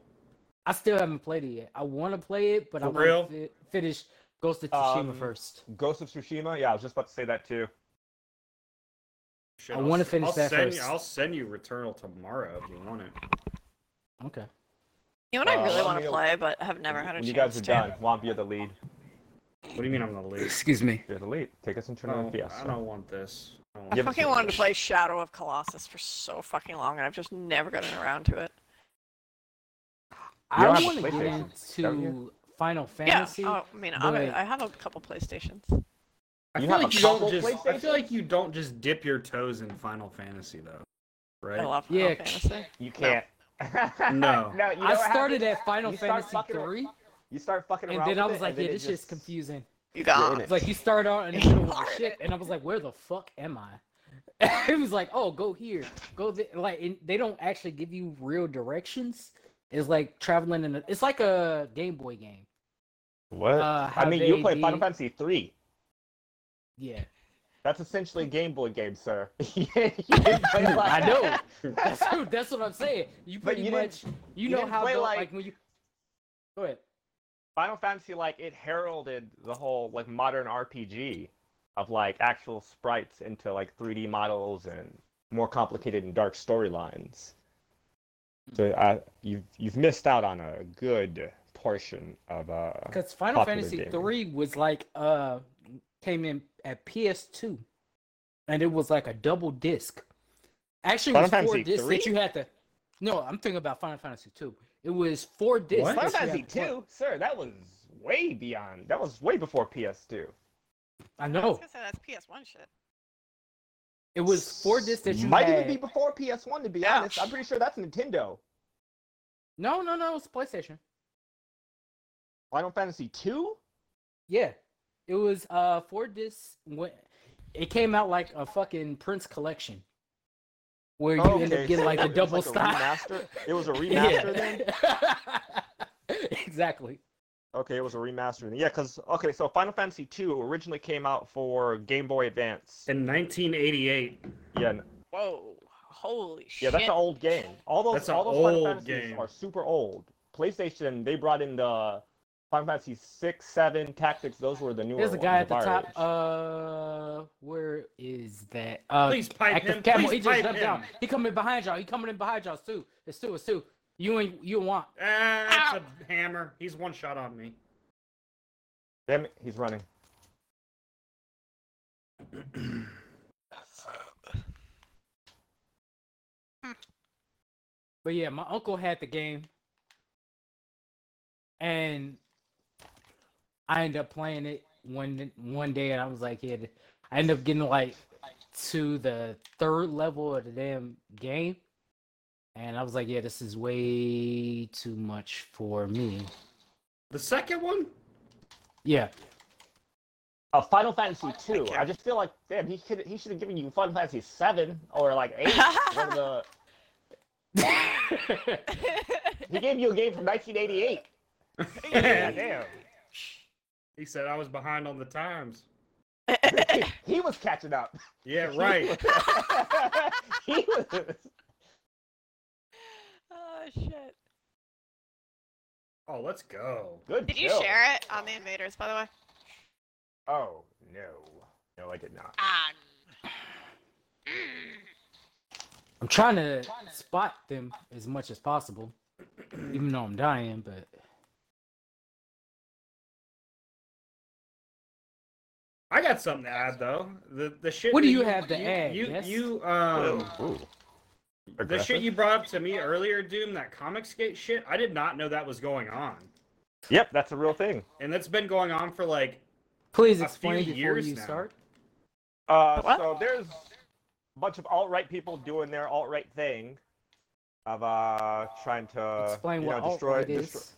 I still haven't played it yet. I want to play it, but I
For
want
real?
to fi- finish Ghost of Tsushima
Um,
first.
Ghost of Tsushima. Yeah, I was just about to say that too.
Shit,
I
I'll
wanna
s-
finish
I'll
that
send You,
first.
I'll send you Returnal tomorrow if you want it.
Okay.
You know what
Uh,
I really
let
want
me
to
know
play, but have never had a
When you
chance
guys are
to.
done, Womp, you're the lead.
What do you mean I'm the least?
Excuse me.
You're the lead. Take us
Oh,
into
No,
another fiesta.
I don't want this. I don't
I
want
Give us
fucking
a
wanted
minute.
to play Shadow of Colossus for so fucking long, and I've just never gotten around to it.
I
don't have a
want to get
PlayStation, don't
into
you?
Final Fantasy.
uh,
yeah, oh, I mean, I'm a,
but-
I have a couple PlayStations.
I
You
feel
have
like
a
you don't
couple
just. I
PlayStation?
feel like you don't just dip your toes in Final Fantasy though, right?
I love Final
Yeah,
Fantasy.
You can't.
No.
no. You know
I
what
started
happens?
at Final
You start
Fantasy
fucking ar-
three,
You start fucking
and
around.
then I
with
was
it,
like,
and
"Yeah,
then it
this shit's
just-
confusing."
You
You're in
got
it.
It's like you start out in the middle of shit, and I was like, "Where the fuck am I?" it was like, "Oh, go here, go there." Like and they don't actually give you real directions. It's like traveling in. A, it's like a Game Boy game.
What?
Uh,
I
how
mean, you
they
play
be-
Final Fantasy three.
Yeah,
That's essentially a Game Boy game, sir. You didn't play like-
I know. that's what, that's what I'm saying. You
But
pretty
you didn't-
much you
you
know
didn't
how
play
the,
like-
like, when you go ahead.
Final Fantasy, like, it heralded the whole like modern RPG of like actual sprites into like 3D models and more complicated and dark storylines. So I, you've you've missed out on a good portion of uh.
Because Final
popular
Fantasy
gaming.
three was like uh came in at PS2, and it was like a double disc. Actually, it
Final
was four
Fantasy
discs that
3?
you had to. No, I'm thinking about Final Fantasy two. It was four discs.
What?
Final
that you
Fantasy
had to play.
two, sir, that was way beyond. That was way before PS2.
I
I was
know
gonna say that's PS1 shit.
it was four discs that you
might
had.
even be before PS1. To be
Yeah.
honest, I'm pretty sure that's Nintendo.
No, no, no. It was PlayStation.
Final Fantasy two.
Yeah, it was uh four discs. When it came out like a fucking Prince collection, where you end up getting like
so
a
it was
double
like
stop.
a remaster. It was a remaster then.
exactly.
Okay, it was a remaster then. Yeah, because okay, so Final Fantasy two originally came out for Game Boy Advance.
In 1988,
Yeah, n-
Whoa, holy shit!
yeah, that's an old game. All those
That's an
all those Final
old
Fantasies
game.
are super old. PlayStation, they brought in the Final Fantasy six, seven tactics. Those were the newer.
There's a
ones,
guy at
the
the top.
variants.
Uh, where is that? Uh,
please pipe
active
him.
camel. He
Please
just
pipe
jumped down.
him.
He coming behind y'all. He coming in behind y'all. Sue. It's Sue. It's Sue. You and you and Juan.
Ah, it's a hammer. He's one shot on me.
Damn it, he's running.
But yeah, my uncle had the game, and I ended up playing it one one day, and I was like, yeah. I ended up getting like to the third level of the damn game, and I was like, yeah, this is way too much for me.
The second one?
Yeah,
Uh, Final Fantasy two.
care.
I just feel like damn, he should he should have given you Final Fantasy seven or like eight. one of the, he gave you a game from 1988. Yeah, damn.
He said I was behind on the times.
he was catching up.
Yeah, right.
he was.
oh shit!
oh, let's go.
Good.
Did you
kill.
share it on the Invaders, by the way?
Oh no, no, I did not.
Ah,
I'm trying to spot them as much as possible, even though I'm dying. But
I got something to add though. The the shit.
What do
that
you have to add,
You
yes?
you um.
Ooh.
The
Aggressive?
shit you brought up to me earlier, Doom, that Comicsgate shit, I did not know that was going on.
Yep, that's a real thing.
And that's been going on for like
please
A
explain
few
before
years
you
now.
start.
Uh,
What?
so there's a bunch of alt right people doing their alt right thing of uh trying to
Explain
you
what
know, destroy,
alt-right
destroy
is.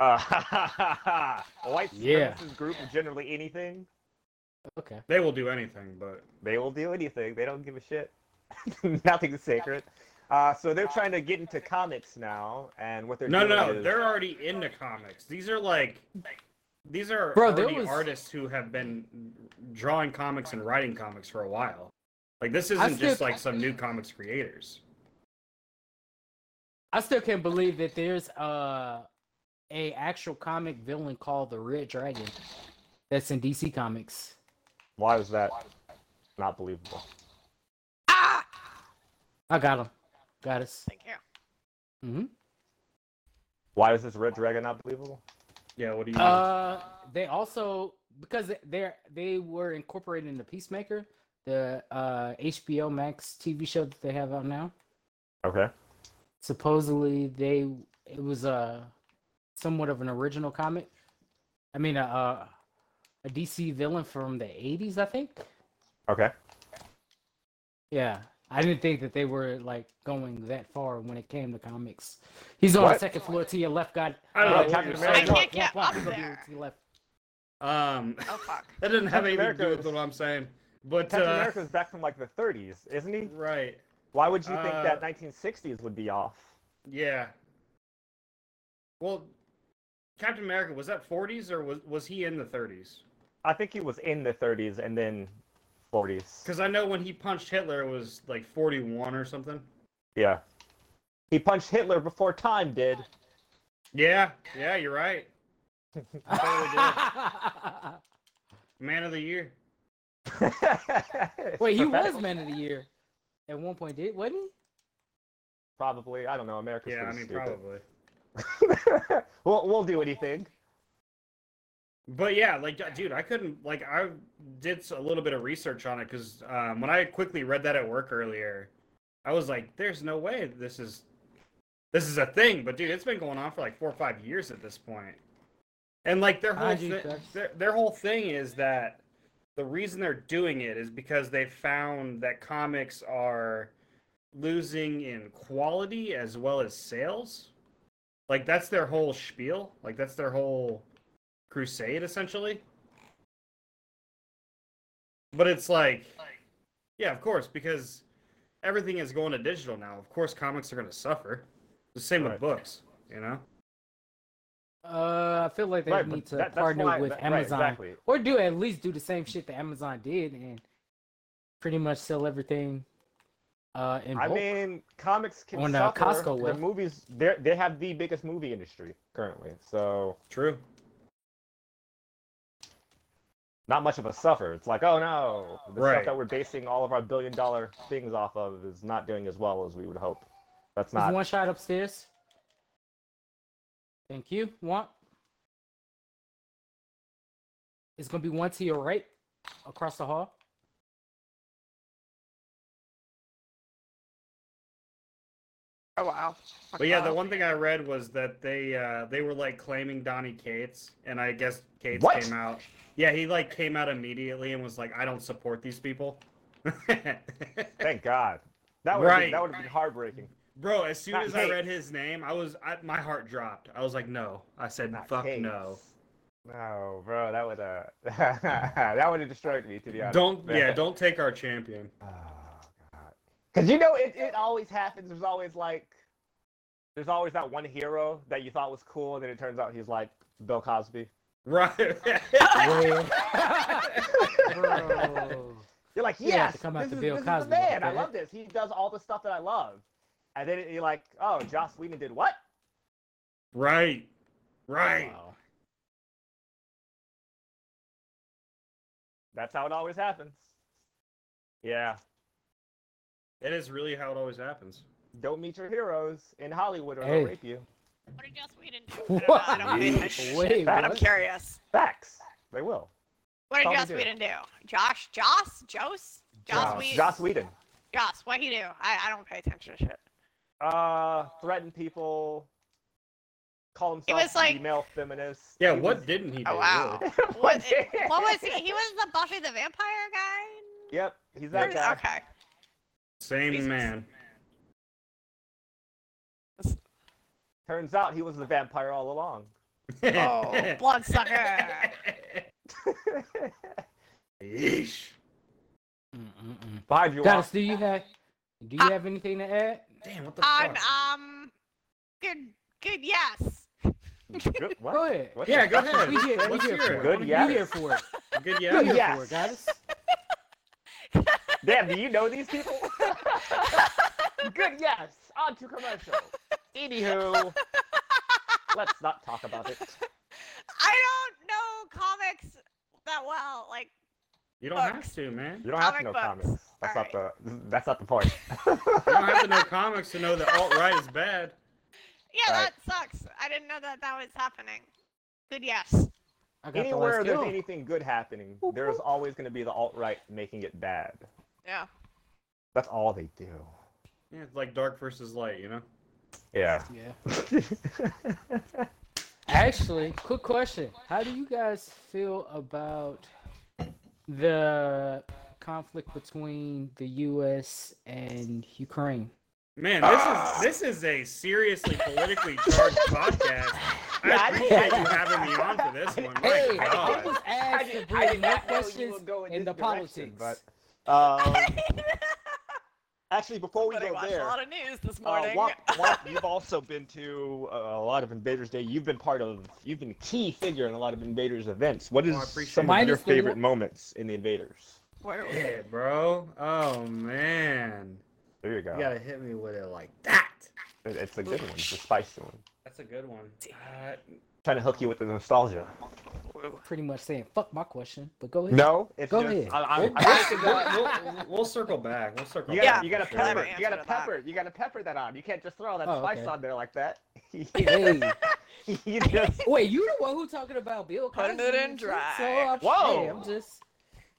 uh, a white
Yeah.
supremacist group of generally anything.
Okay.
they will do anything, but
They will do anything. They don't give a shit. Nothing's sacred. Uh, so they're trying to get into comics now, and what they're
No,
doing
no,
is,
they're already into comics. These are like, these are
Bro, there
already
was-
artists who have been drawing comics and writing comics for a while. Like this isn't just
skipped-
like some new comics creators.
I still can't believe that there's uh a actual comic villain called the Red Dragon that's in DC Comics.
why is that not believable?
Ah!
I got him. Got us.
Thank you.
hmm
Why is this Red Dragon not believable?
Yeah, what do you?
Uh, they also because they they were incorporated into Peacemaker, the uh HBO Max TV show that they have out now.
Okay.
supposedly they it was a somewhat of an original comic. I mean, a a, a DC villain from the '80s, I think.
Okay.
Yeah, I didn't think that they were like going that far when it came to comics. He's on the
What?
second floor to your left, God.
I don't
know
uh,
what
Captain
you're
America,
saying. I
walk,
can't get
walk, walk,
up
go to
there.
your left.
um,
Oh fuck.
that doesn't have
Captain
anything to do
America
with
is-
what I'm saying. But
Captain
uh,
America's back from like the 30s, isn't he?
right,
Why would you think
Uh,
that 1960s would be off?
yeah. Well, Captain America was that 40s or was was he in the 30s?
I think he was in the 30s and then 40s.
Because I know when he punched Hitler, it was like 41 or something.
Yeah. He punched Hitler before time did.
Yeah, yeah, you're right. Man of the year.
Wait, he was
Prophetic.
Man of the Year at one point, did wasn't he?
Probably. I don't know. America's
yeah, I
pretty
mean
stupid.
probably.
we'll, we'll do anything.
But yeah, like d- dude, I couldn't like I did s- a little bit of research on it because um, when I quickly read that at work earlier, I was like, "There's no way this is this is a thing." But dude, it's been going on for like four or five years at this point, and like their whole
I do
thi-
that's-
their, their whole thing is that the reason they're doing it is because they found that comics are losing in quality as well as sales. Like that's their whole spiel. Like that's their whole crusade essentially. But it's like yeah, of course, because everything is going to digital now. Of course comics are going to suffer. The same
Right.
with books, you know?
Uh, I feel like they
Right, but
need to
that- that's
partner
why-
with
that- right,
Amazon,
exactly.
or do at least do the same shit that Amazon did and pretty much sell everything. Uh, in
I
bulk.
mean, comics can
Well, now
suffer.
Costco
their
will.
movies, they they have the biggest movie industry currently, so
True.
not much of a suffer. It's like, oh no, the
Right.
stuff that we're basing all of our billion dollar things off of is not doing as well as we would hope. That's
There's
not.
one shot upstairs. Thank you. One. It's gonna be one to your right, across the hall.
Oh wow. Fuck
But yeah,
off.
the one thing I read was that they uh, they were like claiming Donnie Cates, and I guess Cates
What?
came out. Yeah, he like came out immediately and was like, "I don't support these people."
Thank God. That would have
Right.
been, that would have been heartbreaking.
Bro, as soon
Not
as I
Cates.
read his name, I was I, my heart dropped. I was like, "No," I said,
Not
"Fuck
Cates.
no."
No, bro, that would uh, that would have destroyed me to be honest.
Don't
man.
yeah, don't take our champion.
Oh god. Cause you know it, it always happens. There's always like there's always that one hero that you thought was cool and then it turns out he's like Bill Cosby.
Right?
Bro.
You're like,
You have
yes,
to come out
this,
to
is,
Bill
this is
Cosby
the man.
like
I
that."
love this. He does all the stuff that I love. And then you're like, oh, Joss Whedon did what?
right, right.
Wow.
That's how it always happens. Yeah.
It is really how it always happens.
Don't meet your heroes in Hollywood or
Hey.
they'll rape you.
What did Joss Whedon do?
What?
I don't know, I don't pay that shit,
Wait,
but I'm
what?
curious.
Facts. They will.
What did
Tell me
Joss
do it.
Whedon do? Josh? Joss? Joss? Joss Whedon?
Joss Whedon.
Joss, what he do? I, I don't pay attention to shit.
uh threaten people call himself
was like-
the male feminist
Yeah,
He
what
was-
didn't he do?
Oh wow.
really?
What, what was he? He was the Buffy the Vampire guy?
yep he's that guy
Okay.
Same
Jesus.
man.
turns out he was the vampire all along
Oh, bloodsucker.
Yeesh.
Mm-mm-mm.
behind you
Dallas, do you have do you
I-
have anything to add?
Damn, what the
Um,
fuck?
um, good, good, yes.
Good, what?
Go ahead.
What
yeah,
the-
go ahead.
We here, we
Let's
here
hear
for
it.
it.
Good
we
yes.
here for it.
Good
We
yeah.
here
Yes.
for it, guys.
Damn, do you know these people? Good yes. On to commercial. Anywho, let's not talk about it.
I don't know comics that well. Like,
You don't have to, man.
You don't have to know
Comic books.
comics. That's
All
not the. That's not the point.
You don't have to know comics to know that alt right is bad.
yeah,
Right.
that sucks. I didn't know that that was happening. Good, yes.
I got
Anywhere
the
there's
last
anything good happening, there's always going to be the alt right making it bad.
Yeah.
That's all they do.
Yeah, it's like dark versus light, you know?
Yeah.
Yeah. Actually, quick question. How do you guys feel about the conflict between the US and Ukraine?
Man, this is this is a seriously politically charged podcast.
Yeah,
I
I
appreciate
didn't-
you having me on for this one. My
Hey, I
God.
was asked to bring more questions in the politics.
but um,
Everybody
actually, before we go
watched a
there,
lot of news this
uh,
morning.
Wop, Wop, you've also been to uh, a lot of Invaders Day. You've been part of. You've been key figure in a lot of Invaders events. What is
Well, I appreciate
some
it.
of your
Minus the
favorite
one-
moments in the Invaders?
Where was
Yeah, bro. Oh man.
There you go.
You gotta hit me with it like that.
It- It's a good one. It's a spicy one.
That's a good one. Uh,
Trying to hook you with the nostalgia.
Pretty much saying, fuck my question, but go ahead.
No, it's
Go
just.
ahead.
I, I, I,
we'll, we'll- we'll- we'll circle back. We'll circle
You
back.
gotta,
Yeah,
you gotta
for
sure.
pepper,
Never
you gotta
answered that.
pepper, you gotta pepper that on. You can't just throw all that
Oh,
spice
okay.
on there like that. you
Hey,
just,
wait, you the one who talking about Bill Cosby?
Putting it in
and shit,
dry.
So I'm,
Whoa.
hey, I'm just.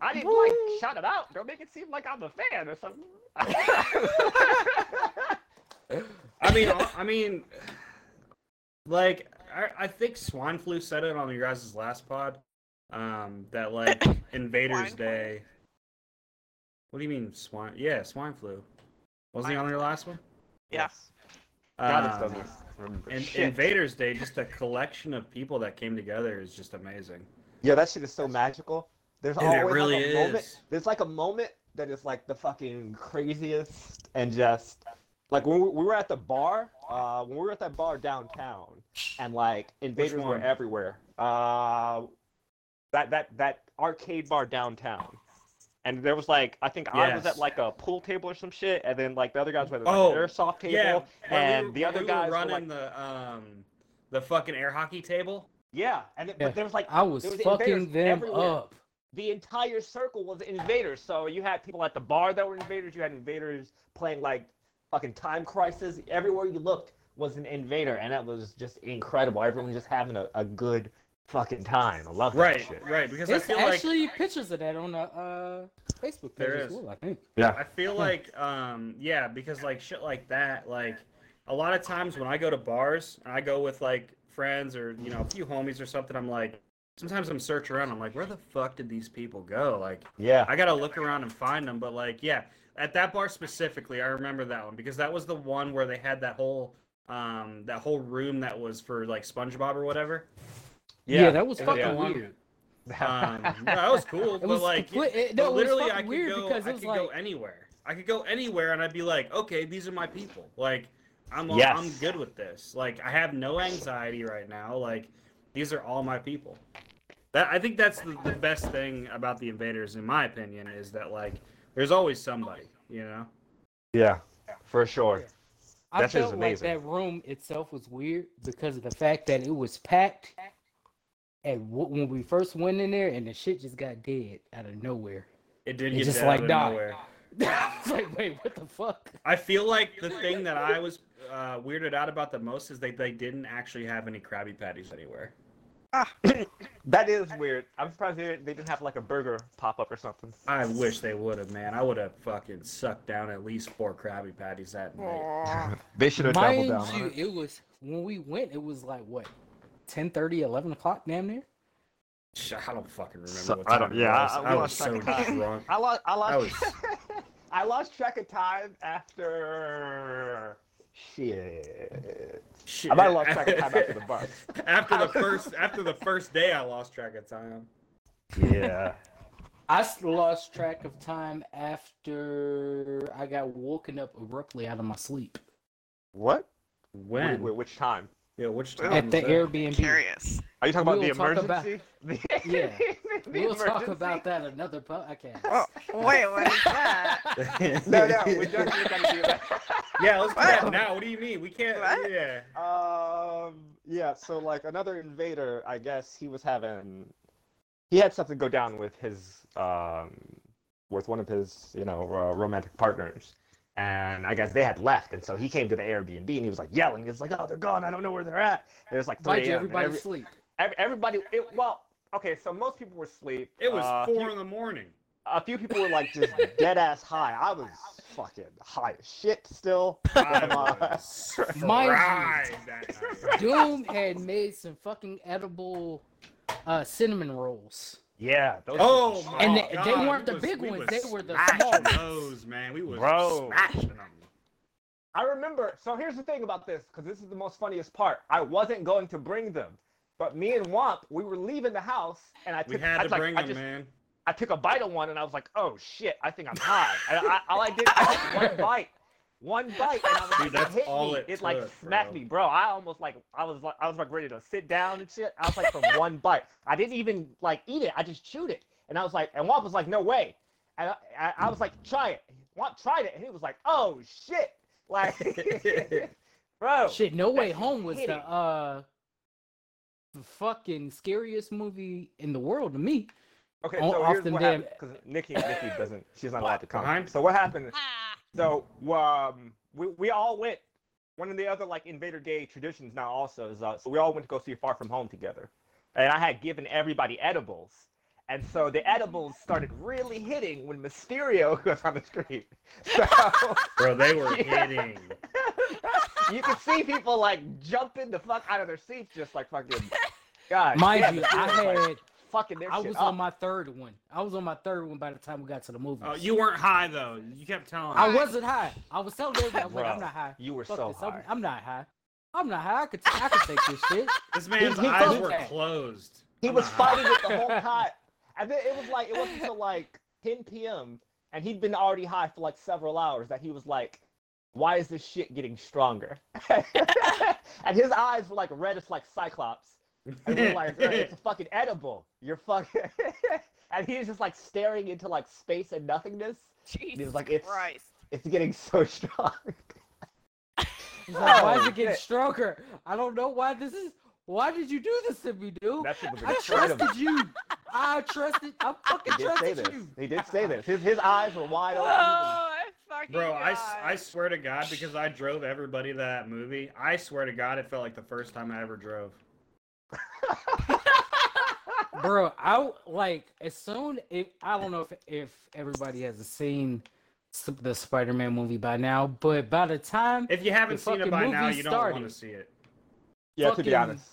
I didn't like shout it out. Don't make it seem like I'm a fan or something.
I mean, I I mean, like I, I think swine flu said it on your guys' last pod. Um, that like Invaders
Swine flu?
Day. What do you mean swine? Yeah, swine flu. Wasn't he
Swine
on your last one?
Yes.
God,
Uh,
this
Um,
doesn't remember
and
shit.
Invaders Day, just a collection of people that came together is just amazing.
Yeah, that shit is so magical. There's
Dude, it
always like,
really
a moment.
is.
There's like a moment that is like the fucking craziest and just like when we, we were at the bar, uh, when we were at that bar downtown, and like invaders were
one?
everywhere. Uh, that that that arcade bar downtown. And there was like, I think I was
Yes.
at like a pool table or some shit, and then like the other guys were at like
Oh,
an airsoft table,
when we
and
were-
the
when
other
we
guys
were
were like,
running the um the fucking air hockey table.
yeah, and it,
Yeah,
but there was like
I was
there was
fucking
invaders
them
everywhere.
up.
the entire circle was invaders. So you had people at the bar that were invaders. You had invaders playing like fucking Time Crisis. Everywhere you looked was an invader, and that was just incredible. Everyone just having a, a good fucking time. I love that
Right,
shit.
right. Because I
There's
feel like
actually pictures of that on the uh, Facebook page
There
as
is.
well, I think.
I feel like um yeah, because like shit like that, like a lot of times when I go to bars and I go with like friends or you know a few homies or something, I'm like sometimes I'm searching around, I'm like, where the fuck did these people go? Like
yeah.
I gotta look around and find them, but like yeah, at that bar specifically, I remember that one because that was the one where they had that whole um that whole room that was for like SpongeBob or whatever.
Yeah, that was
Yeah.
fucking
Yeah.
weird.
Um, no, that was cool,
It
but
was
like
complete- it-
but
no, it was
literally,
fucking
I could
weird
go,
because it
I
was
could
like
go anywhere. I could go anywhere, and I'd be like, okay, these are my people. Like, I'm all,
Yes.
I'm good with this. Like, I have no anxiety right now. Like, these are all my people. That I think that's the, the best thing about the invaders, in my opinion, is that like there's always somebody. You know,
Yeah. For sure.
I
That shit is
felt
amazing.
like that room itself was weird because of the fact that it was packed. And w- when we first went in there, and the shit just got dead out of nowhere.
it did
It
get
just,
dead
like,
out of
died.
nowhere.
I was like, wait, what the fuck?
I feel like the thing that I was uh, weirded out about the most is that they didn't actually have any Krabby Patties anywhere.
That is weird. I'm surprised they, they didn't have like a burger pop up or something.
I wish they would have, man. I would have fucking sucked down at least four Krabby Patties that night.
Aw.
They should have doubled
Mind
down. on
you,
it.
it was when we went. It was like what, 10, 11 o'clock, damn near.
Sh- I don't fucking remember.
So-
what
I
time
don't-
it
yeah,
was.
I- we
I, was
lost track
so
of time.
drunk.
I lost. I
I
lost.
was.
I lost track of time after. Shit.
Shit.
I might have lost track of time after the bar.
After the first, after the first day, I lost track of time.
Yeah.
I s- lost track of time after I got woken up abruptly out of my sleep.
What?
When?
Wait, which time?
yeah, which time?
At
was
the
that?
Airbnb.
Curious.
Are you talking about
We'll
the
talk about-
emergency? The-
Yeah.
the
We'll talk
emergency?
about that another podcast.
Oh, wait, what is that?
No, no, we definitely gotta do that.
yeah, let's do
Wow.
that now. What do you mean? We can't.
What?
Yeah.
Um, yeah, so like another invader, I guess he was having, he had something go down with his, um, with one of his, you know, uh, romantic partners. And I guess they had left, and so he came to the Airbnb and he was like yelling. He was like, "Oh, they're gone! I don't know where they're at." And it was like
Mind
3
you,
a.m. and
everybody
every-
sleep.
ev- everybody, it, well, okay, so most people were asleep.
It was
Uh,
four in the morning.
a few people were like just dead ass high. I was fucking high as shit still.
I was
Mind you.
fried that night.
Doom had made some fucking edible uh, cinnamon rolls.
yeah. Those
Oh my
And they- they
God,
weren't
we
the
was-
big
we
ones,
was
they were the
smashing
small ones.
Those man, we was
Bro.
smashing them.
I remember. So here's the thing about this, because this is the most funniest part. I wasn't going to bring them, but me and Womp, we were leaving the house, and I took,
We had
I,
to
like,
bring
I
them,
just,
man.
I took a bite of one, and I was like, oh shit, I think I'm high. and I, all I did I took one bite, one bite, and I was
Dude,
like,
that's
it hit
all
me.
it
like
took,
smacked
bro.
me, bro. I almost like, I was like, I was like ready to sit down and shit. I was like, from one bite, I didn't even like eat it. I just chewed it, and I was like, and Womp was like, no way. And I, I, I was like, try it. Womp tried it, and he was like, oh shit, like, bro.
Shit, No Way Home was
hitting.
the uh the fucking scariest movie in the world to me.
Okay,
Oh,
so
off
here's
them
what
damn-
happened because Nikki, Nikki doesn't, she's not allowed to come.
Behind?
So what happened?
Ah,
So um, we we all went. One of the other like Invader Day traditions now also is uh, so we all went to go see Far From Home together, and I had given everybody edibles, and so the edibles started really hitting when Mysterio was on the screen. So
Bro, they were
Yeah.
hitting.
you could see people like jumping the fuck out of their seats, just like fucking. God,
Mind
yeah,
you, I
Mysterio's, like,
had
fucking their
I
shit
was
up.
on my third one. I was on my third one by the time we got to the movie.
Oh, you weren't high though. You kept telling.
I
us.
wasn't high. I was telling everybody I'm, like, I'm
Bro,
not high.
You were
Fuck
so
this.
high.
I'm, I'm not high. I'm not high. I could I could take this shit.
This man's
He- he
eyes
felt
were
that.
closed.
He
I'm
was
not high.
fighting it the whole time. And then it was like it wasn't until like 10 p.m. and he'd been already high for like several hours that he was like, "Why is this shit getting stronger?" and his eyes were like reddish, like Cyclops. And we're like, "Bro, "It's fucking edible. You're fucking." and he was just like staring into like space and nothingness.
Jesus
like, it's-
Christ.
It's getting so strong.
It's like, why is
Oh,
it getting
shit.
stronger? I don't know why this is. Why did you do this to me, dude?
That's what
I trusted you. I trusted. I fucking
He did say
trusted
this.
you.
He did say this. His his eyes were wide open. He was-
Oh, fucking
Bro, I, s-
God.
I swear to God, because I drove everybody to that movie, I swear to God, it felt like the first time I ever drove.
bro i like as soon if i don't know if if everybody has seen s- the spider-man movie by now but by the time
If you haven't
The
seen it
fucking
by now,
movie
you don't
started.
want to see it.
Yeah, to
Fucking-
be honest.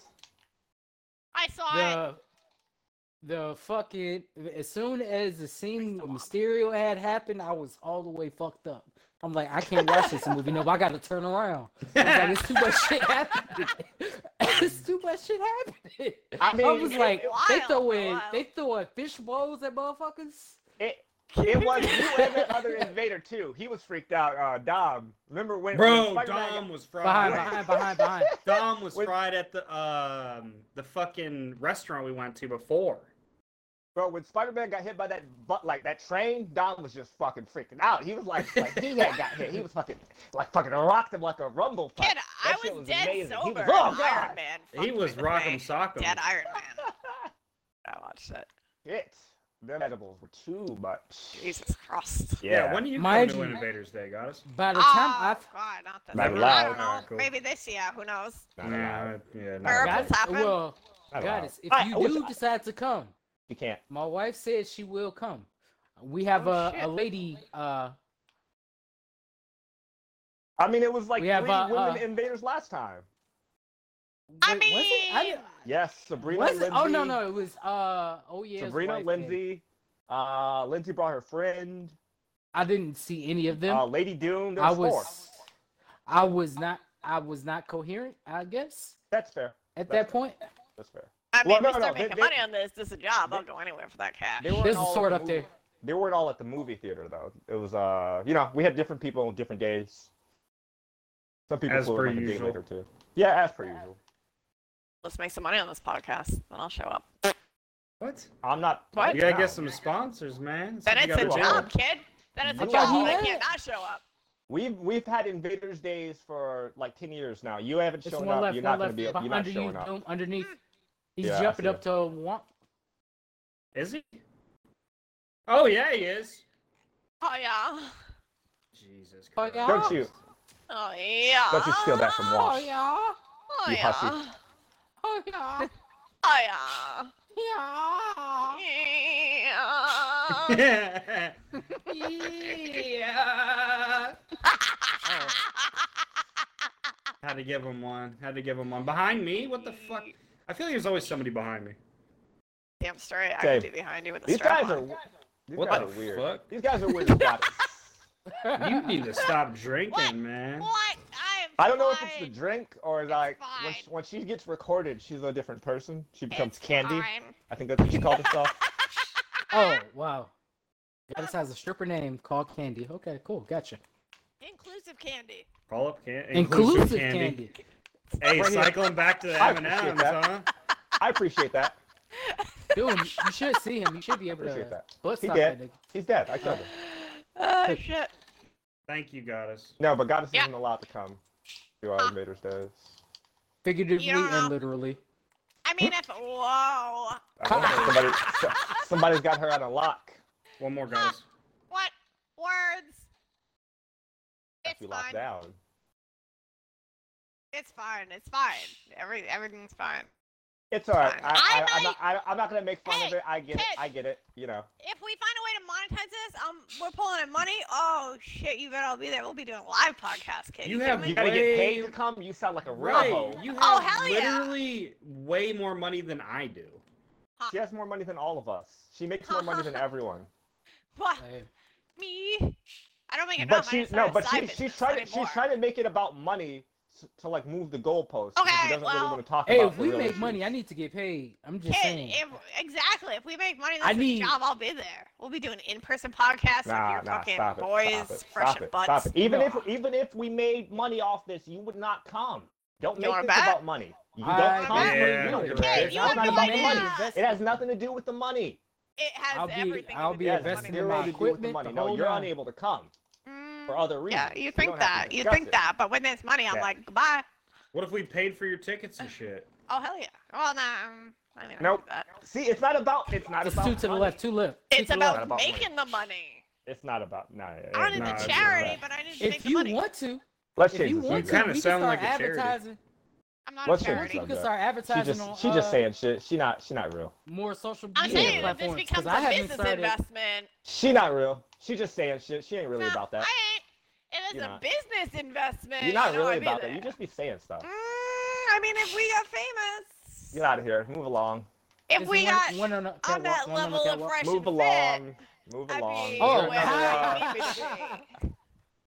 I saw it.
the the fucking as soon as the scene with mysterio had happened i was all the way fucked up i'm like i can't watch this movie no i gotta turn around I was like, it's too much shit happening it's too much shit happening
I mean,
i was like they
wild,
throwing
wild.
they throwing fish bowls at motherfuckers
It it was you and the other invader too. He was freaked out. Uh, Dom, remember when?
Bro,
when Spider-Man
Dom was
behind
fried.
behind behind behind
Dom was
With-
fried at the um the fucking restaurant we went to before.
bro, when Spider-Man got hit by that butt, like that train, Dom was just fucking freaking out. He was like, like he had got hit. He was fucking like fucking rocked him like a rumble. Fight.
Kid, I
That
was,
shit was
dead
amazing. He
sober.
was- oh,
when
God.
Iron Man.
He
fucked with
was
me.
Rock'em Sock'em.
Dead Iron Man. I watched it.
Shit, them edibles were too much.
Jesus Christ.
Yeah. when do you
Mind
come to
you-
Innovators Day, guys?
By the time
Uh,
I
Oh, God, not this.
Not
year. I
allowed.
don't know.
Alright, cool.
Maybe this year. Who knows?
Not allowed.
yeah, yeah. no.
Or-
got
What's happened?
well,
Not allowed.
goddess, if
I- I
you
wish
do
I-
decide to come,
You can't.
my wife said she will come. We have
Oh,
a,
shit.
a lady. Uh,
I mean, it was like
We have,
three
uh,
women
uh,
invaders last time.
I
wait, was it? I
mean,
didn't-
Yes, Sabrina.
was it? Oh no,
Lindsay.
no, it was. Uh, oh yeah, it was
Sabrina,
wife and-
Lindsay. Uh, Lindsay brought her friend.
I didn't see any of them.
Uh, Lady Doom. There
I
was,
was,
four.
I was not, I was not coherent. I guess
That's fair.
at
That's
that point,
That's fair.
I mean,
Well,
we
no, no,
start
they-
making
they-
money on this. This is a job. I'll
they-
go anywhere for that cash.
They weren't
there's a
all at
sword
the
up there.
movie- They weren't all at the movie theater though. It was uh, you know, we had different people on different days. Some people
As
flew
per
in like a day
usual.
later too. Yeah, as per usual.
Let's make some money on this podcast, then I'll show up.
What?
I'm not.
What?
You gotta get some sponsors, man.
Then
Something
it's a
you gotta do.
job, kid. Then it's a
You
job.
are-
I can't not show up.
We've we've had Invaders Days for like ten years now. You haven't
It's
shown
one
up.
left,
you're
one
not
left.
gonna be. You're not
Under you,
showing up.
dome, underneath. He's
Yeah, I
jumping
see
up to one.
Is he? Oh yeah, he is.
Oh yeah.
Jesus
Oh,
Christ.
yeah?
Don't you?
Oh yeah.
Don't you steal that from
Oh
Wash?
yeah,
Oh
you
yeah.
hussy.
oh yeah,
Oh
yeah,
yeah.
yeah.
Had to give him one. Had to give him one. Behind me? What the fuck? I feel like there's always somebody behind me.
Damn straight. I
Okay.
could do behind you with a
These
strap
guys are.
on.
These
What
guys
the
are weird.
fuck?
These guys are weird. Scottish.
You need to stop drinking,
What?
man.
What? I am.
I don't know if it's the
fine.
drink or like when
fine.
she, when she gets recorded, she's a different person. She becomes
It's
Candy.
fine.
I think that's what she called herself.
Oh wow. Yeah, this has a stripper name called Candy. Okay, cool, gotcha.
Inclusive candy.
Call up can-
Inclusive Candy.
Hey,
Right here.
cycling back to the
I
M and M's,
appreciate that.
huh?
I appreciate that.
Dude, you should see him. You should be able
Appreciate
to
that.
butt
He
stop that
did.
nigga.
He's dead. I killed him.
Oh shit.
Thank you, goddess.
No, but Goddess
Yeah.
isn't allowed to come to our Invaders Days.
Figuratively
Yeah.
and literally.
I mean, if whoa.
I don't know, somebody, so- somebody's got her on a lock.
One more, goddess.
What words?
If
It's
we locked
fine.
down.
It's fine. It's fine. Every everything's fine.
It's alright.
Fine.
I, I,
I
I, am not, I, I'm not gonna make fun of
Hey,
it. I get
kid.
it. I get it. You know.
If we find a way to monetize this, um, we're pulling in money. Oh shit! You better all be there. We'll be doing a live podcast, kid.
You
kidding
have
me?
You gotta get paid
Way-
to come. You sound like a real
Right,
hoe.
you have
Oh, hell yeah.
literally way more money than I do.
She has more money than all of us. She makes more money than everyone.
what?
Hey,
me? I don't make enough.
But
I
she
just
no,
started
but she
side
she's
business
trying to
anymore.
she's trying to make it about money s- to like move the goalpost. 'cause
Okay,
she doesn't really
well-
want to talk
Hey,
about
if
the
we
real
make
issues.
money, I need to get paid. I'm just
Kid,
saying.
if, exactly. If we make money, this
I
is
need-
the job. I'll be there. We'll be doing in-person podcasts with
Nah,
your
nah,
fucking
stop it,
boys,
stop it,
fresh
stop
and
it,
butts.
Stop it. Even if
Nah.
even if we made money off this, you would not come. Don't
You
make
wanna
this
bet?
about money. You don't
I
come.
bet.
you
Yeah,
don't
you're
give a
right.
shit.
Kid,
It's
you
not
have
about
no
money.
idea.
It has nothing to do with the money.
It has
I'll be,
everything.
I'll
to
be
do
Yeah,
with
that's
investing
money.
in
zero
my
to do with the
equipment.
money.
the
No,
whole
you're
nine.
unable to come
Mm,
for other reasons.
yeah, you
We
think
don't have
that.
to
You
discuss
think
it.
that. But when there's money, I'm
Yeah.
like, goodbye.
What if we paid for your tickets and shit?
Oh hell yeah. Well, nah. um, I mean, I
Nope.
do that.
See, it's not about. It's not
Just
about.
two to the
money.
left, two left. two
It's
to the left.
about,
about money.
making the money.
It's not about. Nah,
I don't
nah,
need
it's
the
not
charity,
that.
but I need to make
If
the
you
money.
want to,
Let's
if
change
you
the
want
subject.
to,
Kinda
we can
sound
start
like a charity.
advertising.
I'm not a
Let's
If you want
charity.
to, we
subject.
can start
She
advertising
just
on
she just
uh,
saying shit. She not she not real.
more social
I'm
media
saying if this
platforms
becomes
because I
a
haven't
business
started.
investment,
She not real. She just saying shit. She ain't really
no,
about that.
I ain't. If it's
You're
a
not.
business investment,
You're not
you know,
really
I'd be
about that.
there.
You just be saying stuff.
Mm, I mean, if we got famous,
Get out of here. Move along.
if
Is
we
one-
got
one on, a
on
catwalk,
that
one on a
level of
catwalk.
fresh
Move
and fit,
along. Move
I'd
along.
be
Is
Oh,
there
where
another,
hi.
uh,
we would be.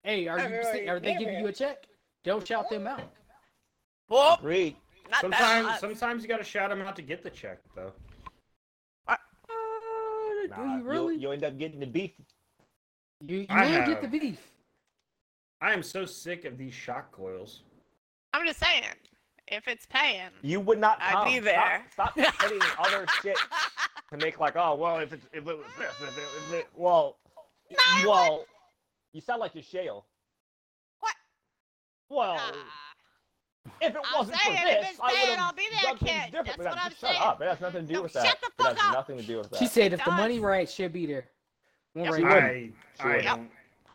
Hey, are you?
Alright,
Are they giving
yeah.
you a check? Don't shout them out.
Whoop,
Great.
not
Sometimes,
that much.
sometimes you gotta shout them out to get the check, though.
Uh, do
Nah,
you really?
You'll, you'll end up getting the beef.
You, you
I
will get
have.
the beef.
I am so sick of these shock coils.
I'm just saying, if it's paying,
You would not
I'd
come.
be there.
Stop, stop putting other shit to make like, oh, well, if it, if it was this, if it, if it well,
No, I
well, you sound like you're shale.
What?
Well,
Ah.
if it
I'm
wasn't for
saying if
this,
it's
I
bad,
would
I'll
have
be there,
done things
kid.
different.
That's
But
what
that-
I'm
shut
saying.
up. It has nothing to do
No,
with
shut
that.
the
It
fuck
has
up.
nothing to do with that.
She said if the money
Does.
right, she'll be there. One
Yes,
right.
she
now.
I,
She
I
wouldn't.
don't